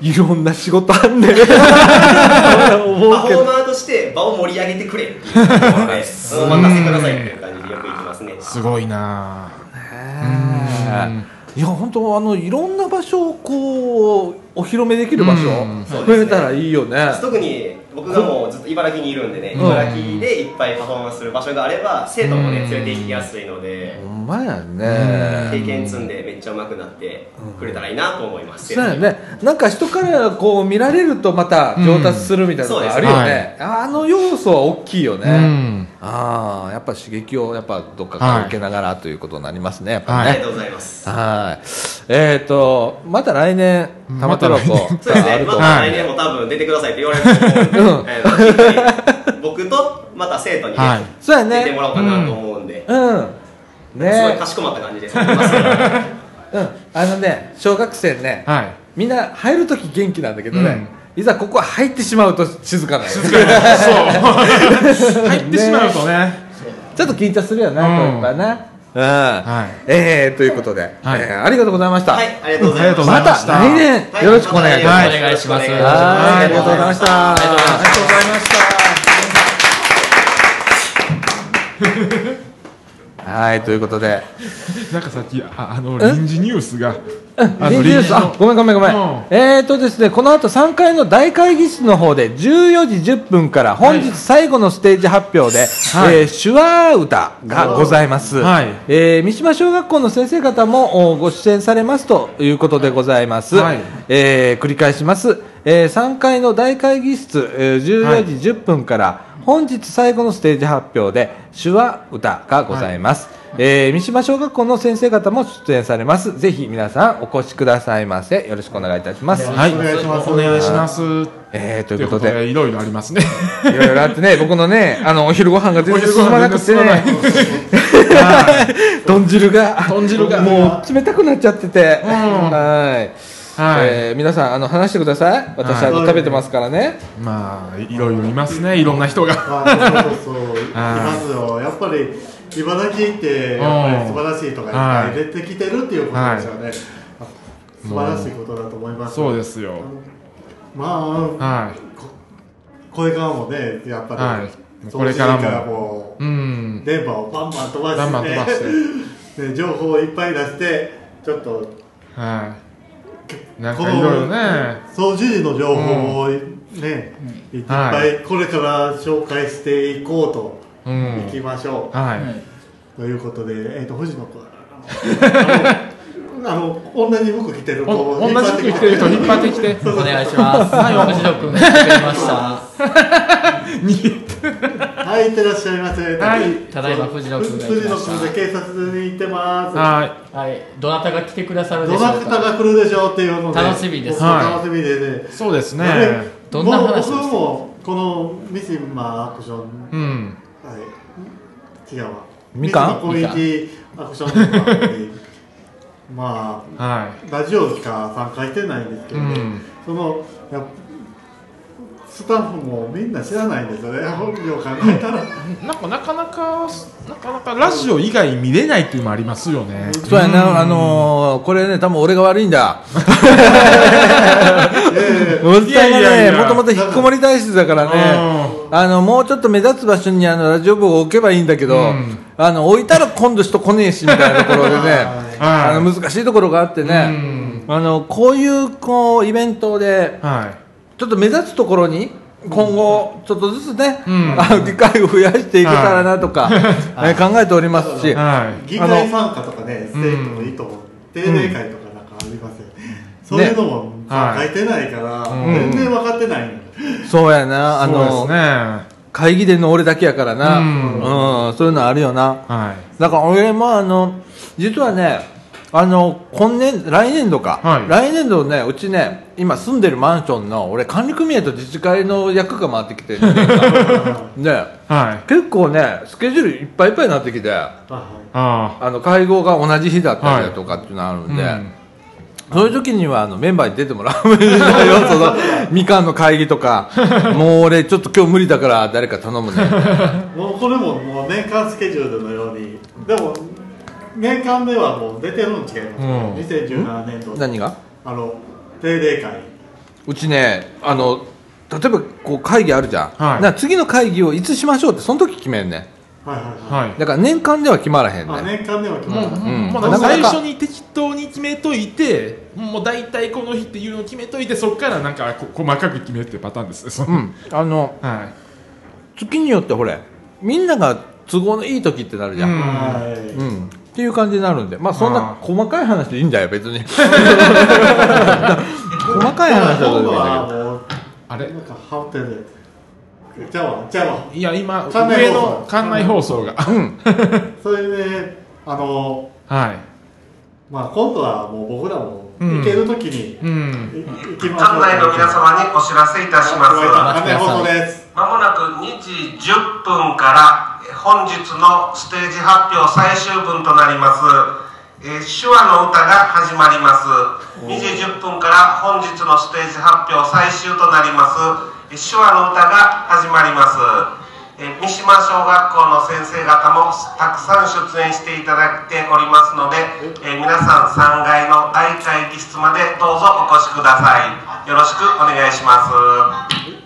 いろんな仕事あ んね 思
パ
う
フ
け
ォー
ど
マーとして場を盛り上げてくれって いうところでお任せくださいっていう感じでよく行きますね
すごいな
ねえいや本当あのいろんな場所をこうお披露目できる場所
うん
増えたらいいよね
特に僕がもうずっと茨城にいるんでね
ん
茨城でいっぱいパフォーマンスする場所があれば生徒もね
うん
連れて行きやすいので
ほんまやね
経験積んでめっちゃ上手くなってくれたらいいなと思います
そうやねなんか人からこう見られるとまた上達するみたいなのがあるよね、あの要素は大きいよね、
うん
ああやっぱ刺激をやっぱどっかから受けながらということになりますねやっぱ
あ
ね、
りがとうございます
はい。えっ、と、また来年、玉太郎子
そうです
あ
ね
る
ま
と思う
た
ん
来
で
年も多分出てくださいって言われると思う んでえー僕とまた生徒にね
はい
そうや
出ても
ね。
らおうかなと思うんで
うん。
すごい
ね
かしこまった感じですは
うん。あのね、小学生ね、
はい
みんな入るとき元気なんだけどね、いざここ入ってしまうと静かなのよ
入ってしまうとね
ちょっと緊張するよな、
うん
こうやっぱな。うん。
はい
えー、ということで、
はい
えーありがとうございました。
いありがとうございます
また
あり
来
がとうござい
年、よろしくお願いします。
お願いします
はい、ありがとうございました。ありがとうございました。はい、ということで、
なんかさっきああの臨時ニュースがあ
臨
の
時ニュース、あ、ごめんごめんごめん。
うん
えーとですね、この後3階の大会議室の方で14時10分から本日最後のステージ発表で、
はい
えー手話歌がございます。
はい
えー三島小学校の先生方もおご出演されますということでございます。
はい
えー繰り返します。え3階の大会議室、えー14時10分から、本日最後のステージ発表で手話歌がございます、えー三島小学校の先生方も出演されますぜひ皆さんお越しくださいませよろしくお願いいたします、
はい
お願いします
お願いします
えー
と
とい
いうう
こ
こと
とで
でいろいろありますね
いろいろ あってね僕のねあのお昼ご飯が全然進まなくて
お昼ご飯
ね
全然
豚汁が
豚汁が
もう冷たくなっちゃってて、はい
はい、
えー皆さんあの話してください私あの食べてますからね、
まあいろいろいますねいろんな人が
あ そうそうそう、い
あー
ますよ、やっぱり茨城って、やっぱり素晴らしいとかいっぱい出てきてるっていうことですよね、素晴らしいことだと思います。
そうですよ
まあ、
は
これからもね、やっぱり、
はい
そ
こ
の
れからも
時からも、
いううん
電波をバンバン飛ば
バンバン飛ば
し、
して
で情報をいっぱい出して、ちょっと、
はいなんかいろいろね
総知事の情報をね、いっぱいこれから紹介していこう
う
と、
ん
いきましょう。
はい
ということで、えー、と星野君あのあの同じ服着てる子
お同じ服着てる人引っ張ってきて
お願いしますはい星野君来てくれました
はいいってらっしゃいませ
はい
ただいま藤野君が来
藤
ま
野
した
君で警察に行ってます
は
はいどなたが来てくださるでしょ
ど
うか
なたが来るでしょうっていうので
楽しみです
僕も
はい
楽しみでね、
いそうですね
で
どんな話ですか
もう僕もこの三島アクション、
うん
はい、違うわ
みかん
三島コミュニティアクションとかに まあ
は
ラジオしか参加してないんですけ
い
ど
う
ね、
ん
そのやっぱスタッフもみんな知らないんですよね、 本名考えたら、
なんかなかなかなかなかラジオ以外見れないっていうのもありますよね
そうやな、あのーこれね、多分俺が悪いんだ。もっ
いやいやい
ね、
や
もともと引っこもり体質だからね、あの、もうちょっと目立つ場所にあのラジオ部を置けばいいんだけど、
うん
あの、置いたら今度人来ねえし、みたいなところでね、あ
は
の、難しいところがあって
いう
ね、
ん
あの、こういう、こう、イベントで、
は
ちょっと目立つところに、
い
今後、ちょっとずつね、
うん
あの議会を増やしていけたらなとか、ね考えておりますし、
はい
議会参加とかね、ステーキもいいと思う。定例会とかなんかありますよね。そういうのも考えてないから、全然分かってないのよ。
そうやな、あ
そ
の、
うですね
会議での俺だけやからな、う
うんん、
そういうのあるよな。
は
だから俺もあの、実はね、あの、今年、来年度か、
はい
来年度ね、うちね、今住んでるマンションの、俺管理組合と自治会の役が回ってきてるん だよね、
いはい
結構ね、スケジュールいっぱいいっぱいになってきて、あ
あ
の、会合が同じ日だったりだとかっていうのあるんで、
はいうん
そういう時にはあのメンバーに出てもらうんだよ、そのみかんの会議と か、もう俺、ちょっと今日無理だから誰か頼むね、
もうこれももう年間スケジュールのように、でも年間ではもう出てるん違います、
うん
2017年度
何が
あの定例会
うちねあの例えばこう会議あるじゃん、
はい
な次の会議をいつしましょうってその時決めんね
はいはいはい、
はい
だから年間では決まらへん
あ
ね
年間では決
も
まら
う
ない、
ん
もうなんか
なか
最
なか
初に適当に決めといてもう大体この日っていうのを決めといてそっからなんかこ細かく決めるっていうパターンですねその
うんあの
はい
月によってほれみんなが都合のいい時ってなるじゃん、うん
はい
っていう感じになるんでまあそんな
あ
細かい話でいいんだよ 別に細かい話だと
今
でも
度
いいんだけど
はもう
あれ
なんかハウテでじゃあわじゃあわ
いや今
館内
上
放送
の館内放送が
それであの
はい
まあ今度はもう僕らも行ける時に
うん
い行きましょう
館内の皆様にお知らせいたします
館内放送です
まもなく2時10分からえー本日のステージ発表最終分となります、えー手話の歌が始まります2時10分から本日のステージ発表最終となりますえー手話の歌が始まりますえー三島小学校の先生方もたくさん出演していただいておりますので、えー皆さん3階の大会議室までどうぞお越しくださいよろしくお願いします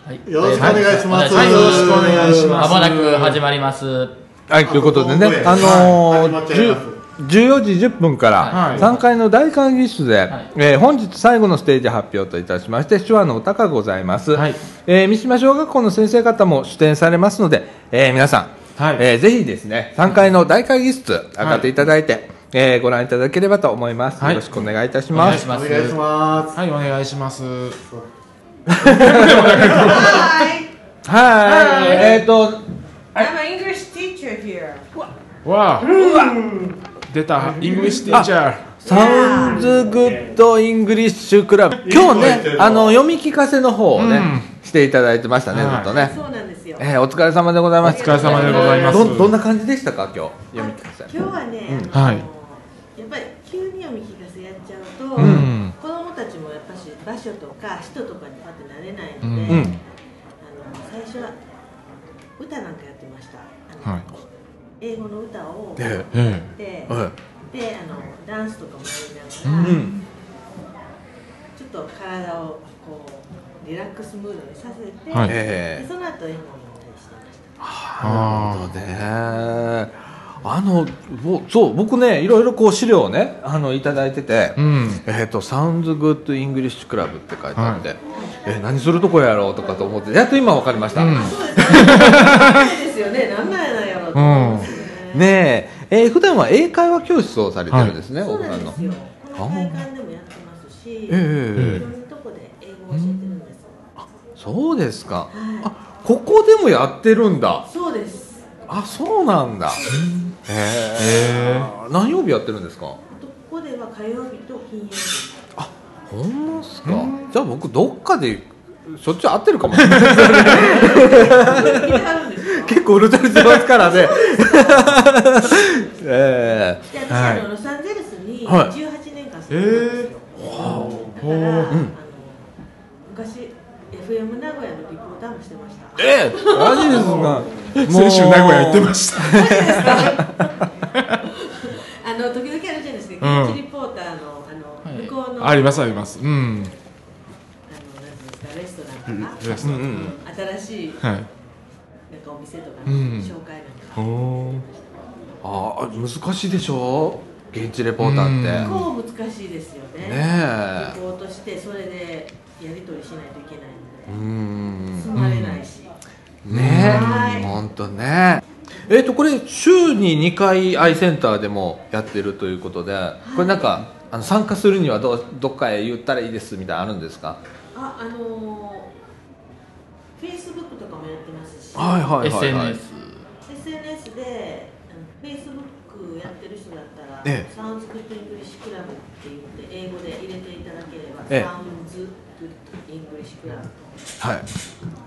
はい
よろしくお願いします、
はい
よろしくお願いしま
ますもなく始まります
はい、ということでね、あ
あ
の
と
ー
5分
じゅ14時10分から
はい
3階の大会議室で、
い
えー本日最後のステージ発表といたしまして手話の歌がございます、
はい
えー三島小学校の先生方も出演されますので、えー皆さん、
はい
えーぜひですね3階の大会議室上がっていただいて、えーご覧いただければと思います、
はい
よろしくお願いいたし
お
ま
願い
す
しま
お
す
願いします
はいお願いします
Hi,
はいえっ、と
I'm an English teacher here.
わあ出たイングリッシュティーチャー
サウンズグッドイングリッシュクラブ今
いい声言っ
日
て
ね
るな
あの読み聞かせの方をね、
うん
していただいてましたねず
はい
っとね、
そうなんですよ。
えーお疲れ様でござい
お
ま
お
す
疲れ様でございます
どどんな感じでしたか今日読み聞かせ
今日はね、
うん
あの
はい
やっぱり急に読み聞かせやっちゃうと、
ん
子供たちもやっぱし場所とか人とかにパって慣れないので、
う
うん
あの
ん
最初は歌なんかやってました。あの
はい
英語の歌をやっ
え
え
て、
えはい
であのダンスとかもやりながら、
うん
ちょっと体をこうリラックスムードにさせて、
はい
で
ええ
その後 演技をしたりしてました。
あ
そうねあのぼそう僕ねいろいろこう資料をねあのいただいてて、
あうん
えー、とサウンズグッドイングリッシュクラブって書いてあって、えー何するとこやろうとかと思ってやっと今分かりました、
うん
そうですよね、なんなんやなんやろと
う
思うん
ん
ですよね。
ねえ、えー普段は英会話教室をされてるんですね、
そ
大
うな
人
んで
の
す。よ。この会館でもやってますし、
え
い
え
ろんなとこで英語を教えてるんです。
そうですか。
は
あ、ここでもやってるんだ
い。。そうです。
あ、そうなんだ。へえ。何曜日やってるんですか。
ここでは火曜日と金曜日。
ほんまっすか。じゃあ僕どっかでしょっちゅう会ってるかもしれ ない。
聞いてあるんですよ。
結構うるたりしてますか らね。え
で、私、
はい
あのロサンゼルスに
はい
18年間住んでたんですよ。だから、あの昔 FM 名古屋のリポーターもしてました。
え。ええ。マジで
先
すか。
週名古屋行ってま
し
した
あの時々あるじゃないですか、
うん
現地リポーターのあの、
はい
向こう の
ありますありますうん
あのなんていうんですかレストランとか、
レストラン
新しい
はい
なんかお店とか
う
の
ん
紹介なんか、
おー
ああ、難しいでしょ現地レポーターって。
うん
ね
こう難しいですよね
え。
リポートしてそれでやり取りしないといけないので、
うん。
つまれない
ね本当ねえっ、とこれ週に2回アイセンターでもやってるということで、これなんかあの参加するにはどうどっかへ言ったらいいですみたいなのあるんですか
あ、あのー、Facebook とかもやってますし、
はいはいはいはい
SNS
SNS で、うん Facebook やってる人だったら、
ええ
サウンズグッドイングリッシュクラブって言って、英語で入れていただければ、
ええ
サウンズグッドイングリッシュクラブ。
はい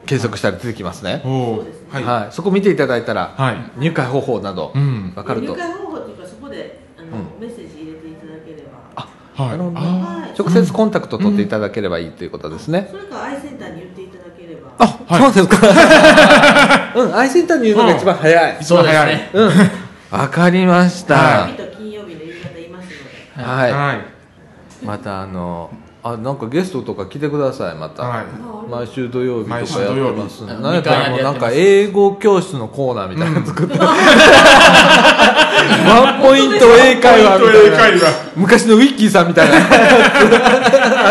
検索したら出てきますね
うですね
はいそこ見ていただいたら、入会方法など
ん
分かると、
入会方法っていうか、そこであの、
う
メッセージ入れていただければ、
なるほどね
はい
直接コンタクト取っていただければいいということですね、
それかアイセンターに言っていただければ、
あ、そうですか。 うん、アイセンターに言うのが一番早い。
うん一番早い
うん。 わかりました。
金曜日と金曜日の夕方いますので。
はい。またあの、あ、なんかゲストとか来てください、また。毎週土曜日とかや
毎週
っ
土
て
曜日
ます。
うん
なんやったらもうなんか英語教室のコーナーみたいなの作って。 ワンポイント英会
ワ
話み
ンポイント英
たい
会
な
話。
昔のウィッキーさんみたいな。 あ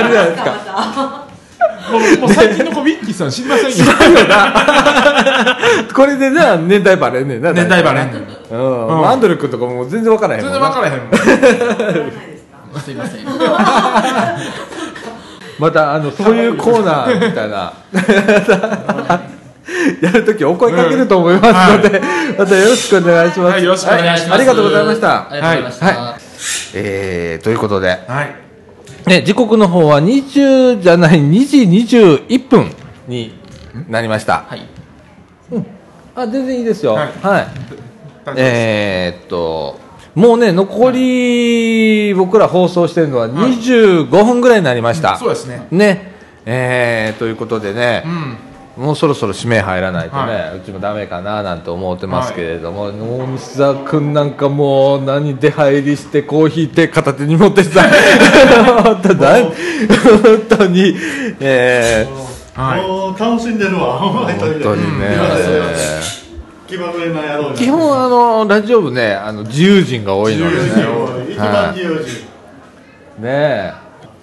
るじゃないですか。
もうもう最近の子ウィッキーさん知りませんよ
これでな、年代バレんねんな。
年代バレんねん
うん。
うん
アンドル君とかもう全然分からへんもんな。
全然分からへんもん
すいません
また、あの、そういうコーナーみたいな。 やるときお声かけると思いますので、またよろしくお願いします。
はいよろしくお願いします
はありがとうございました。
ありがとうございました
はいはいえーということで。ね時刻の方は20じゃない、2時21分になりました。あ全然いいですよ。はい。えーっと、もうね、残り、僕ら放送してるのは25分ぐらいになりました。
そうですね
ね。えーということでね、もうそろそろ指名入らないとね、
は
うちもダメかななんて思ってますけれども、大西沢君なんかもう何出入りしてコーヒー手片手に持っ てさ本当だ本当に、えー
もう楽しんでるわ、本
本当に ね、
気まぐれな野郎が
基本あのラジオ部ねあの自由人が多いのでね
一番
は
自由
いね
人
え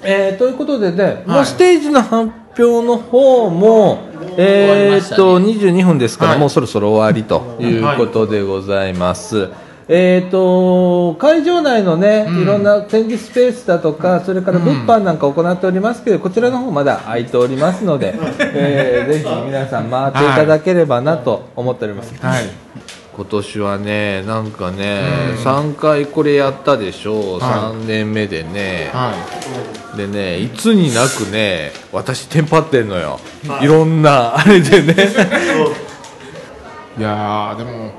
えーということでね、もうステージの発表の方もえーっと22分ですから、もうそろそろ終わりということでございます、えーっと会場内のね、いろんな展示スペースだとかそれから物販なんか行っておりますけど、こちらの方まだ空いておりますので、えーぜひ皆さん回っていただければなと思っております、今年はねなんかね、三3回これやったでしょう、
はい
3年目でね、
は
でねいつになくね私テンパってんのよ、
はい
い、ろんなあれでね
いいやーでも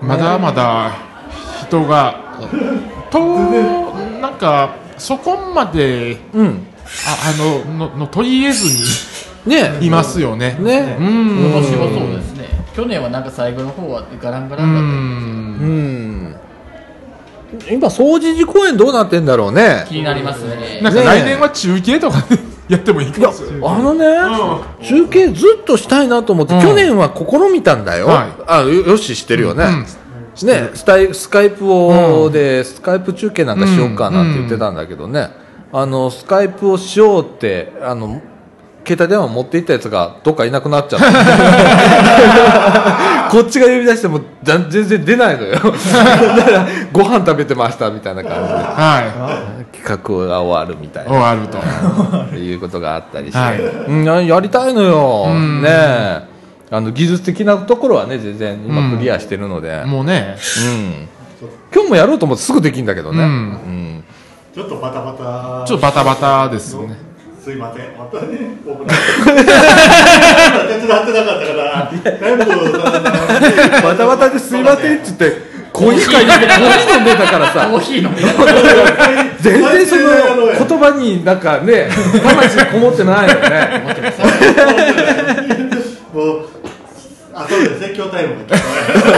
まだまだ人がとなんかそこまで、ああののの取り入れず
にね
いますよね
ね
うん
今年はそうですね去年はなんか最後の方はガランガランだったんです
うん今総持寺公園どうなってんだろうね
けど気になりますね
なんかね
来年は中継とかでやってもいいかもしれない
あのね、中継ずっとしたいなと思って、去年は試みたんだよ、
はい
あよよし知ってるよね、
うん
ねスタイスカイプをで、スカイプ中継なんかしようかなんて言ってたんだけどね、あのスカイプをしようってあの携帯電話持っていったやつがどっかいなくなっ ちゃってこっちが呼び出してもだ全然 出ないのよだからご飯食べてましたみたいな感じで、企画が終わるみたいな
終わると
っていうことがあったりして、
はい
うんややりたいのよ、
うん
ねえあの技術的なところはね全然今クリアしてるので、
もうね
うん今日もやろうと思ってすぐできるんだけどね、
う
うんん
ちょっとバタバタ
ちょっとバタバタですよね
すいませんまたね僕ら手伝ってなかったから全部
バタバタですいませんっつってコーヒー買いに行ってコーヒー飲んでたからさ
コーヒー飲んで
全然その言葉になんか ね魂こもってないよね
もうあそうですね今日タイムが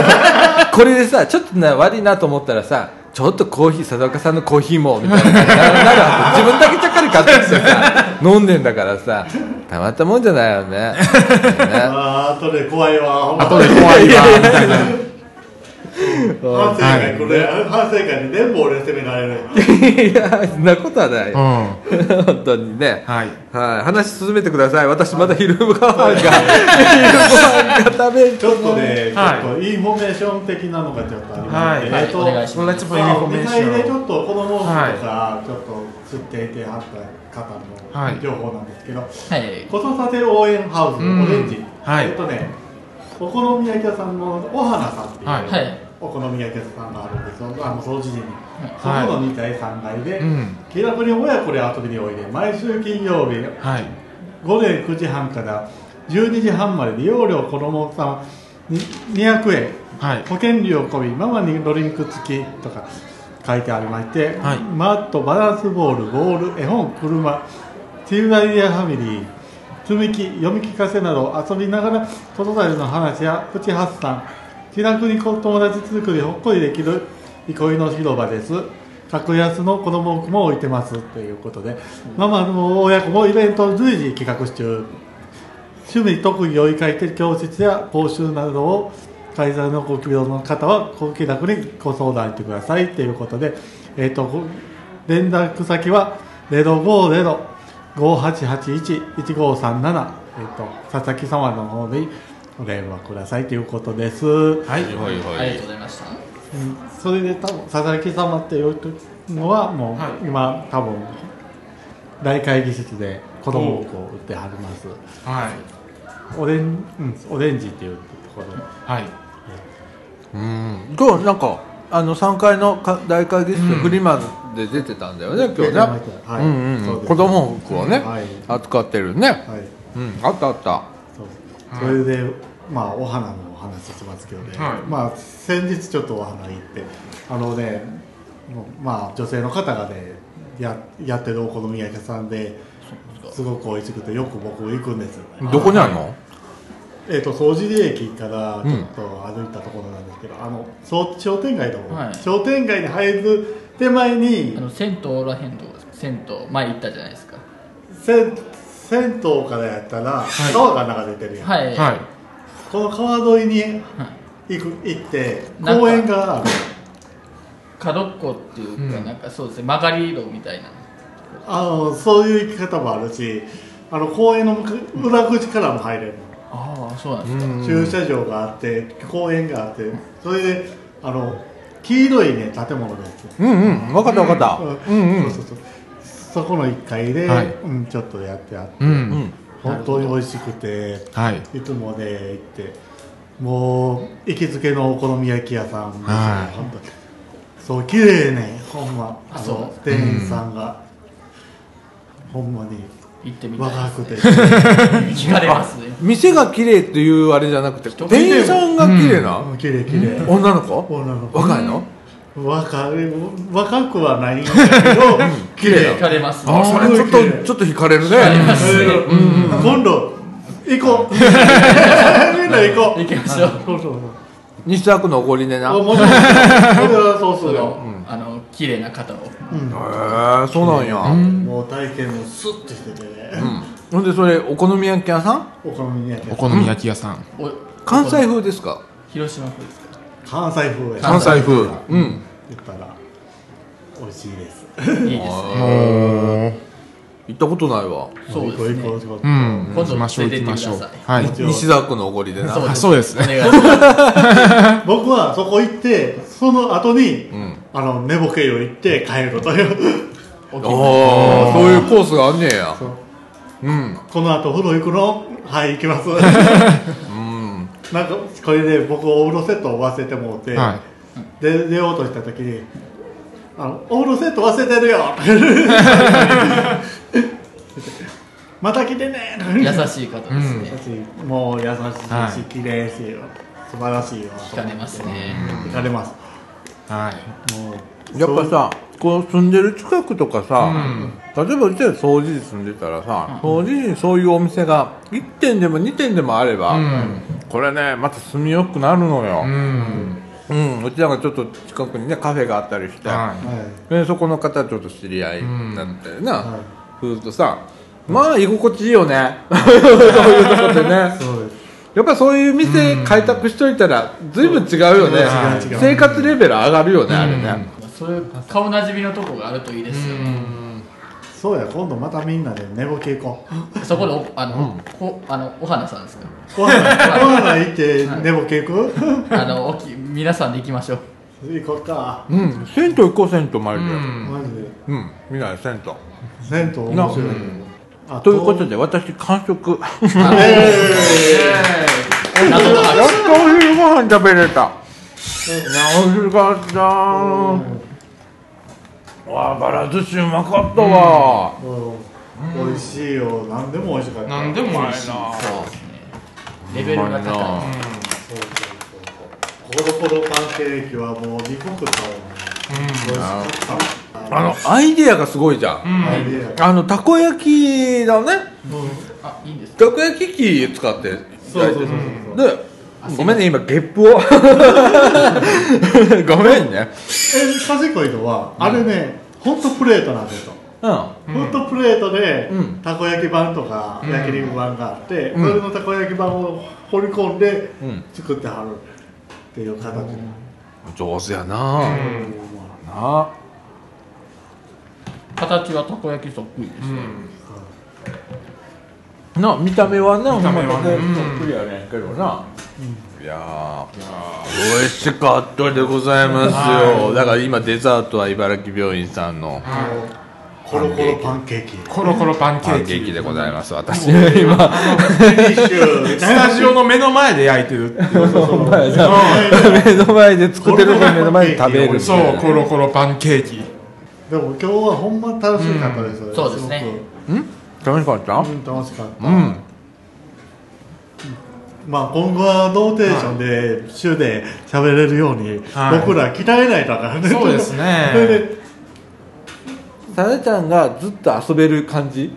これでさちょっとね悪いなと思ったらさちょっとコーヒー佐岡さんのコーヒーもみたいなななるは ず自分だけちゃっかり買ってきてさ飲んでんだからさたまったもんじゃないよね
あとで怖いわ
後で怖いわみたいな
反省会、これ、反省会で全部俺責められる。
いや、そんなことはない。本当にね。はい。話進めてください。私まだ昼ご飯が、昼ご飯が食べ
ちょっとね、ちょっとインフォメーション的なのがちょっとありますね。えっと、2階でちょっと子供服とか、ちょっと釣っていてはった方の情報なんですけど、子育て応援ハウスのオレンジ。えっとね、お好み焼き屋さんのお花さんっていう、お好み焼き屋さんがあるんですよ、あの総知事に、 そこの2階、3階で、気楽に親子で遊びにおいで、毎週金曜日、午前9時半から12時半までで、容量子供さんに200円、保険料込み、ママにドリンク付きとか書いてありまして、マット、バランスボール、ボール、絵本、車、ティーダイヤファミリー、積み木、読み聞かせなど遊びながら、子育ての話やプチ発散、気楽に友達作りほっこりできる憩いの広場です格安の子供服も置いてますということで、ママも親子もイベントを随時企画中趣味特技を生かして教室や講習などを開催のご希望の方はご気楽にご相談してくださいということで、えーと、と連絡先は050-5881-1537、えーと、と佐々木様の方にお電話くださいということです。はい、はい、
はい、ありがとうございました。
うん、それで多分佐々木様っていうのはもう、はい、今多分大会議室で子供をこう売ってはります。はい。オレン、うん、オレンジっていうところ。はい。
うん。今日なんかあの三階の大会議室フリマで出てたんだよね、うん、今日ね。はい。うんうん。子供服をね、はい、扱ってるね。はい。うん、あったあった。
それで、まあ、お花のお話しますけどね、はい、まあ、先日ちょっとお花行ってあのねまあ女性の方がねややってるお好み焼き屋さんですごく美味しくてよく僕行くんですよ、ね、
どこにあるの
えっ、ー、と総除駅からちょっと歩いたところなんですけど、うん、あの商店街の、はい、商店街に入る手前に
あの銭湯らへんと銭湯前行ったじゃないですか
銭銭湯からやったら川が流れてるやん、はいはい、この川沿いに行く行って公園がある
角っこっていうか、なんかそうですね曲がり路みたいな
あのそういう行き方もあるしあの公園の裏口からも入れる、
ああそうなんですか
駐車場があって公園があってそれであの黄色いね建物です
うんうん分かった分かった、うん
そうそうそうそこの1階で、はい、うん、ちょっとやってあって、うんうん、本当に美味しくて、はい、いつもね行ってもう行きつけのお好み焼き屋さんですね、はい、本当そう綺麗ねほんまあの店員さんが、うん、ほんまに
行ってみたい、ね、
若くて
聞かれますね
店が綺麗っていうあれじゃなくて店員さんが綺麗な、
うん、綺麗綺麗
女の子
女の
子若いの、
若若くはないんだけど綺麗
惹かれます
あそれちょっとちょっと惹かれるね
今度行こう みんな行こう
行きましょう
西田区のおごりでな
そうそうよ、、
うん、あの綺麗な方を、
うん、へえそうなんや、うん
もう体験もスッてしててね
ほんでそれお好み焼き屋さん
お好み焼き
お好み焼き屋 さん
関西風ですか
広島風ですか
関西風
関西風うん
言ったら美味しいです
いいですね
行ったことないわ
そうですね
うん今度ましょう行きましょうはい
西沢区のおごりでな
そうですね
僕はそこ行ってその後にあの寝ぼけよ行って帰るという
ああそういうコースがあんねやうん
この後風呂行くのはい行 きますなんかこれで僕お風呂セットを忘れてもうて、はい、で出ようとした時に「あのお風呂セット忘れてるよ」 また来てね」
優しい方ですね、
うん、もう優しいし、はい、綺麗しよ素晴らしいよ
惹かれますね
惹かれます
はいもうやっぱさこう住んでる近くとかさ、うん、例えばうちは掃除時住んでたらさ、掃除時にそういうお店が1店でも2店でもあれば、うん、これねまた住みよくなるのよ、うんうん、うちなんかちょっと近くにねカフェがあったりして、はい、でそこの方ちょっと知り合いになったりな、うんはい、ふうとさまあ居心地いいよね、そういうとこでね
そうです
やっぱりそういう店開拓しといたら随分違うよね、生活レベル上がるよね、あれね
そういう顔なじみのとこがあるといいですよね
そうや今度またみんなで寝ぼけ行こ
うそこでおあの、こあのお花さんですか
ご飯行 って寝ぼけ行く
あのおき皆さんで行きましょう
行こうか
うん銭湯行こう銭湯マジで
マジで
うんみんなで銭湯
銭湯面白い
あということで私完食ええやっとお昼ご飯食べれた美味しかったわばら寿司うまかったわ
美味しいよ何でも美味しかった
何でも美味しい
レベルが高い
ほろほろパンケーキはもう2個食ったわ美味しかった
あのアイデアがすごいじゃん、あのたこ焼きだね、
あいいんです
たこ焼き器使って
そうそうそう
そうでごめんね今ゲップを ごめんね
えかじこいのはあれね、ホットプレートなんですよ
うん、
ホットプレートで、たこ焼き版とか、焼き肉版があって、それのたこ焼き版を放り込んで、作ってはるっていう形、
上手やな、うん、なあ
形はたこ焼きそっくりです、
うん、な見た目はな見た目はね、そっくりやねんけどな、いや美味しかったでございますよだから今デザートは茨城病院さんの、
コロコロパンケーキ
コロコロパンケーキ
でございます私今
スタジオの目の前で焼いてる
目の前で作ってるの目の前で食べる
そうコロコロパンケーキ
でも今日はほんま楽しかったです、うん、
そうですね
うん楽しかった
うん楽しかったうんまあ今後はノーテーションで週で喋れるように、僕ら鍛えないだからね
そうですね
さねちゃんがずっと遊べる感 じ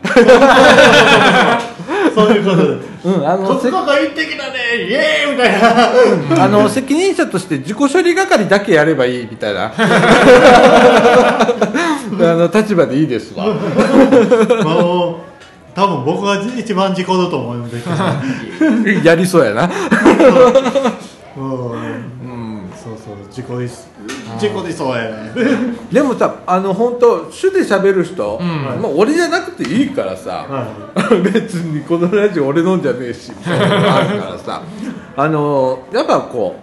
そういう ことで
うん、あの
コツココ行ってきたねイエーイみた
いなあの責任者として自己処理係だけやればいいみたい なあの立場でいいですわ。
もう多分僕が一番事故だと思うんで
やりそうやな。
うん、うんそうそう事故です。事故でそうやね。
でもさあの本当主で喋る人、うん、まあ俺じゃなくていいからさ、うん、 別にこのラジオ俺のんじゃねえしみたいなのがあるからさ、あのやっぱこ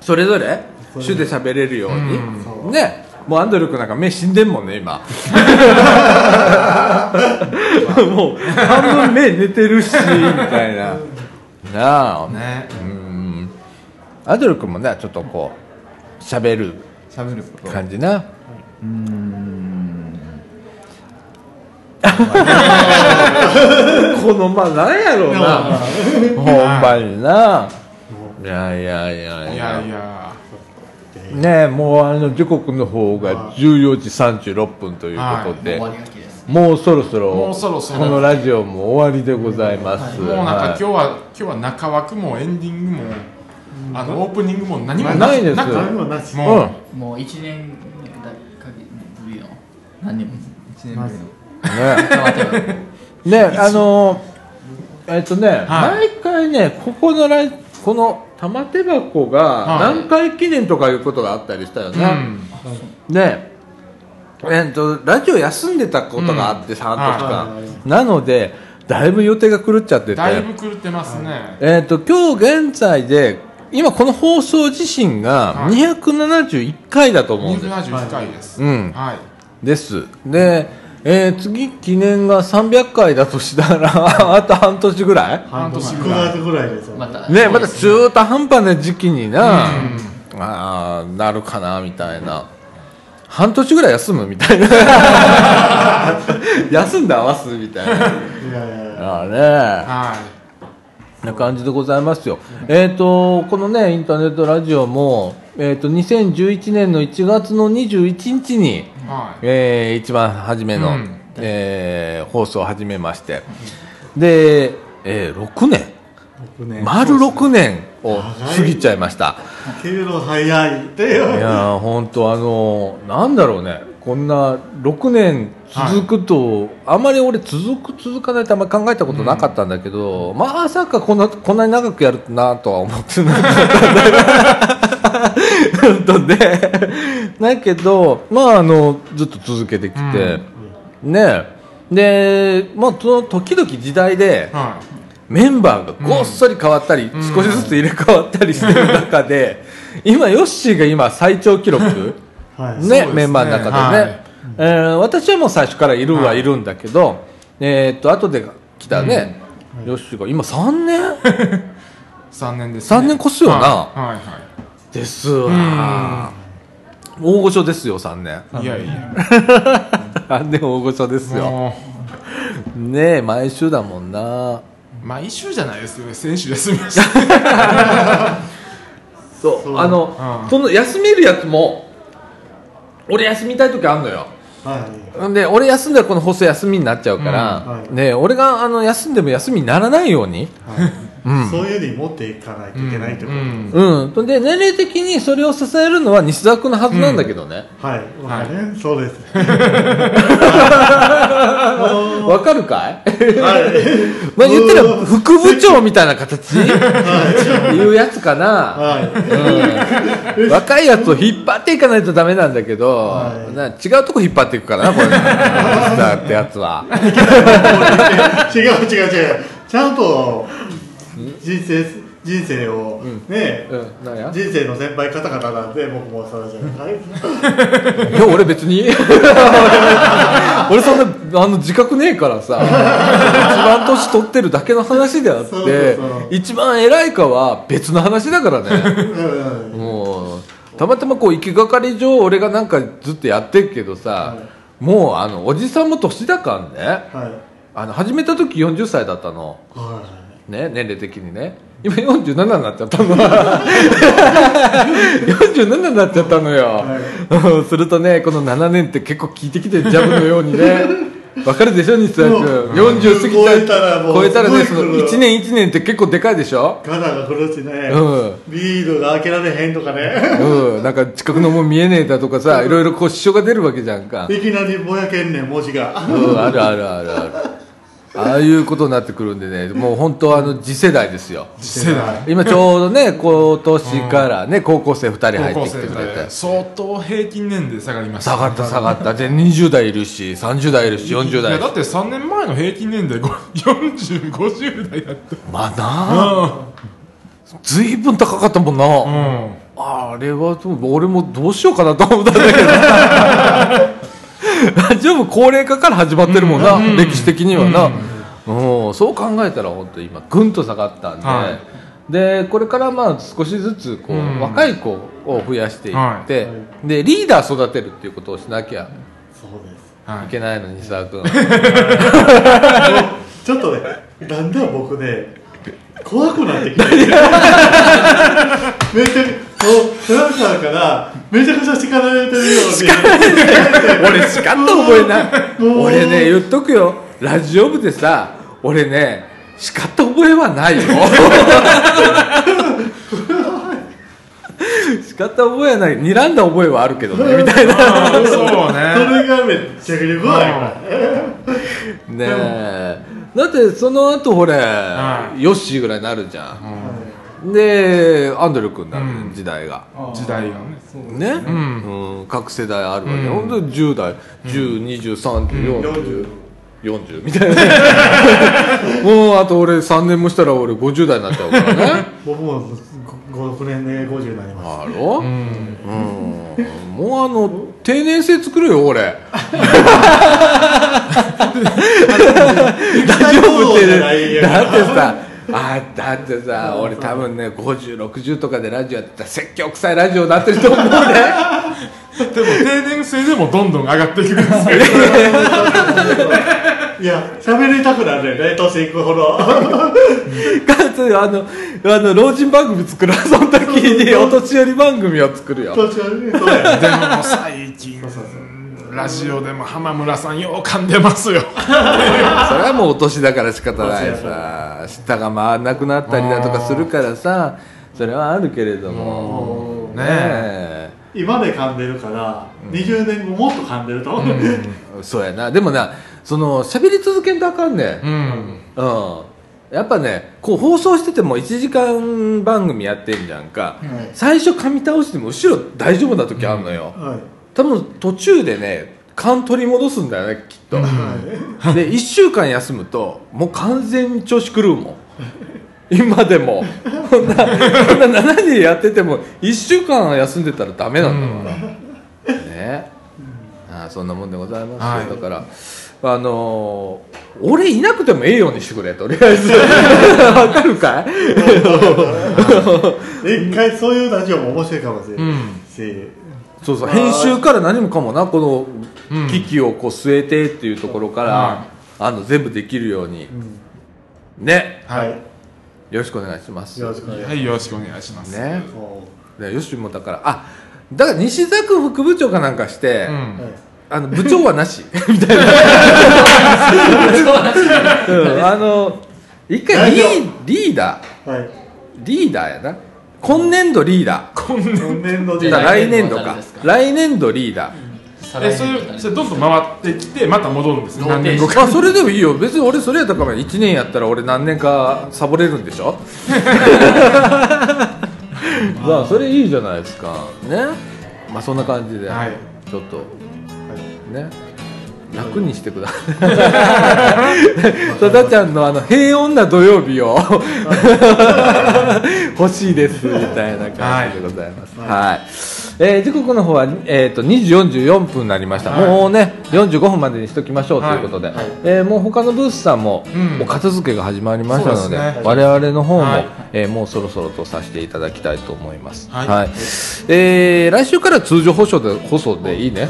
うそれぞれ主で喋れるように、ね。もうアンドル君なんか目死んでんもんね今 もう半分目寝てるしみたいななあねうんアンドル君もねちょっとこう喋る
喋ること
感じな
うん
このまあなんやろうなほんまに ないやいやいやいやいやねもうあの時刻の方が14時36分ということで、もうそろそろこのラジオも終わりでございます、
もうなんか今日は今日は中枠もエンディングも、あのオープニングも何も
ないです
何もなし
もう,、もう1年だかぶりの何 年も
1年
ぶりのねねあのえっとね、毎回ねここのラこの玉手箱が何回記念とかいうことがあったりしたよね、で、えー、とラジオ休んでたことがあってさ、うん、としか、なのでだいぶ予定が狂っちゃってて
だいぶ狂ってますね、、
えーと、と今日現在で今この放送自身が271回だと思うんです、はい
271回です、
うんはい、ですで、えー、次記念が300回だとしたら あと半年ぐらい
半年ぐらいぐらいです
またねまた中途半端な時期にな、うん、あなるかなみたいな半年ぐらい休むみたい な休んで合わすみたいないやいやあねな感じでございますよ。えっ、ー、と、このね、インターネットラジオも、えっ、ー、と、2011年の1月の21日に、はい、えー、一番初めの、うん、えー、放送を始めまして、で、えー、6年、6年丸6年を過ぎちゃいました。
けど早いって
いや本当あのー、なんだろうね、こんな6年続くと、はい、あまり俺続く続かないってあんまり考えたことなかったんだけど、うん、まさかこんなこんなに長くやるなとは思ってなかったんだけどだけど、まあ、あのずっと続けてきて、うん、ねで、まあ、その時々時代で、はい、メンバーがごっそり変わったり、うん、少しずつ入れ替わったりしてる中で、今ヨッシーが今最長記 録はい、ね、ね、メンバーの中でね、はい、えー、私はもう最初からいるはいるんだけど、はい、えー、っと後で来たね、うん、よしが今3年
3年です、ね、
3年越すよな、はいはいはい、ですわ大御所ですよ3年
いやいや
3年大御所ですよねえ毎週だもんな
毎週じゃないですよね先週休みま した
そうあの、その休めるやつも俺休みたい時あんのよ、はい、で俺休んだらこの放送休みになっちゃうから、うんはい、ね、俺があの休んでも休みにならないように、はい
うん、そういうに持っていかないといけないってこと
うん、うん、で年齢的にそれを支えるのは西澤君のはずなんだけどね、
はい、はい、そうです
わかるかい、はい、まあ言ったら副部長みたいな形、はい、いうやつかな、はいうん、若いやつを引っ張っていかないとダメなんだけど、はい、な違うとこ引っ張っていくからなこれだってやつは
違う違う違うちゃんと人生人生を、うん、ね、うん、人生の先輩方々なんで僕もそうじゃない
いや俺別に俺そんなあの自覚ねえからさ一番年取ってるだけの話であって一番偉いかは別の話だからね、うん、もうたまたまこう行きがかり上俺がなんかずっとやってるけどさ、はい、もうあのおじさんも年だからね、はい、あの始めた時40歳だったの、はい、ね、年齢的にね今47になっちゃった の47になっちゃったのよ、はい、するとねこの7年って結構効いてきてるジャブのようにね わかるでしょ西田君40過ぎたら超えたらねその1年1年って結構でかいでしょ
ガナが来るしね、うん、ビールが開けられへんとかね
うんなんか近くのもん見えねえだとかさいろいろこう支障が出るわけじゃんか
いきなりぼやけんねん文字が
うんあるあるあるあるああいうことになってくるんでね、もう本当あの次世代ですよ。
次世代。
今ちょうどね、今年からね、うん、高校生二人入ってきてくれて。
相当平均年齢下がりました、
ね。下がった下がった。で、20代いるし、30代いるし、40代
いや、だって3年前の平均年齢、40、50代だった。
まあなあ。ずいぶん高かったもんな。うん、あれは、俺もどうしようかなと思ったんだ けど。ラジオも高齢化から始まってるもんな、うん、歴史的にはな、うん、そう考えたら本当今ぐんと下がったんで、はい、でこれからまあ少しずつこう、うん、若い子を増やしていって、はい、でリーダー育てるっていうことをしなきゃいけないのに、はい、君
ちょっとねだんだん僕ね怖くなってきてめっちゃそう、トランさんからめちゃくちゃ叱られてるよう
に俺叱った覚えない俺ね言っとくよラジオ部でさ俺ね叱った覚えはない よ叱った覚えはない睨んだ覚えはあるけどねみたいな
そうね
そ れがめっちゃくちゃ怖い
ねえだってその後ほれ、うん、ヨッシーぐらいになるじゃん、うんでアンドレ君になる、うん、時代が
時代が
ね、ねうん、うん、各世代あるわけ、うん、本当に10代10203040、40みた いなもうあと俺3年もしたら俺50代になっちゃうからね
僕も56年で50になります
あろ、うん、うん、もうあの定年制作るよ俺 大丈夫ってだってさあだってさ俺多分ね5060とかでラジオやってたら説教臭いラジオになってると思うね
でも 定年制でもどんどん上がっていくんですけど
いや喋りたくなるね年いく ほど
かつあのあの老人番組作るその時にお年寄り番組を作るよ
年寄りそ
でも
う
最近そうそうそうラジオでも浜村さんよう噛んでますよそれ、
はもうお年だから仕方ないさ舌が回らなくなったりだとかするからさそれはあるけれどもねえ
今で噛んでるから、うん、20年後もっと噛んでると、
うん、 そうやなでもなその喋り続けんとあかんねんうん、やっぱねこう放送してても1時間番組やってんじゃんか、最初噛み倒しても後ろ大丈夫な時あんのよ、はい、多分途中でね勘取り戻すんだよねきっと、で1週間休むともう完全に調子狂うもん今でもこんなこんな7人やってても1週間休んでたらダメなんだから、うん、ねあそんなもんでございます、はい、だからあのー、俺いなくてもええようにしてくれとりあえ ずわかるか
い一回そういうラジオも面白いかもしれない、うん
そうそう編集から何もかもなこの機器をこう据えてっていうところから、うん、あの全部できるように、うん、ね、はい、よろしくお願いします
よろしくお願いします、はい
よろしくお願いしますね
よしもだからあだから西澤君副部長かなんかして、うん、あの部長はな しみたいなあの一回リリーダー、はい、リーダーやな今年度リーダ
ー今
年度リーダー来年度か来年度リーダー
えそれそれどんどん回ってきてまた戻るんですね何
年後かあそれでもいいよ別に俺それやったから1年やったら俺何年かサボれるんでしょ まあそれいいじゃないですかねまあそんな感じで、はい、ちょっと、はい、ね楽にしてくださ い。さだちゃんのあの平穏な土曜日 を欲しいですみたいな感じでございます。はい。はい、えー、時刻の方はえっ、ー、と2時44分になりました。はい、もうね45分までにしときましょうということで、はい、えー、もう他のブースさんも、もう片付けが始まりましたので、うんでね、我々の方も、はい、えー、もうそろそろとさせていただきたいと思います。はい。えー、来週から通常放送で放送でいいね。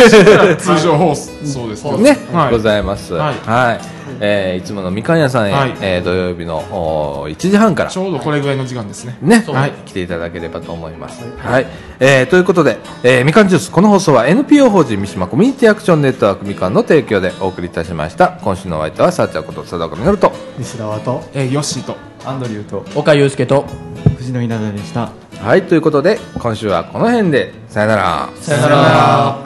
通常放送。そうです
ね、はい、ございます。はい、はい、えー、いつものみかん屋さんへ、はい、えー、土曜日の1時半から
ちょうどこれぐらいの時間ですね。
ね、はい、来ていただければと思います。はい、えー、ということで、えー、みかんジュースこの放送は NPO 法人三島コミュニティアクションネットワークみかんの提供でお送りいたしました。今週のお相手はさあちゃんこと佐岡実と
西田和と、
えー、ヨッシーと
アンドリューと
岡祐介と
藤野稲田でした。
はいということで今週はこの辺でさよなら。
さよなら。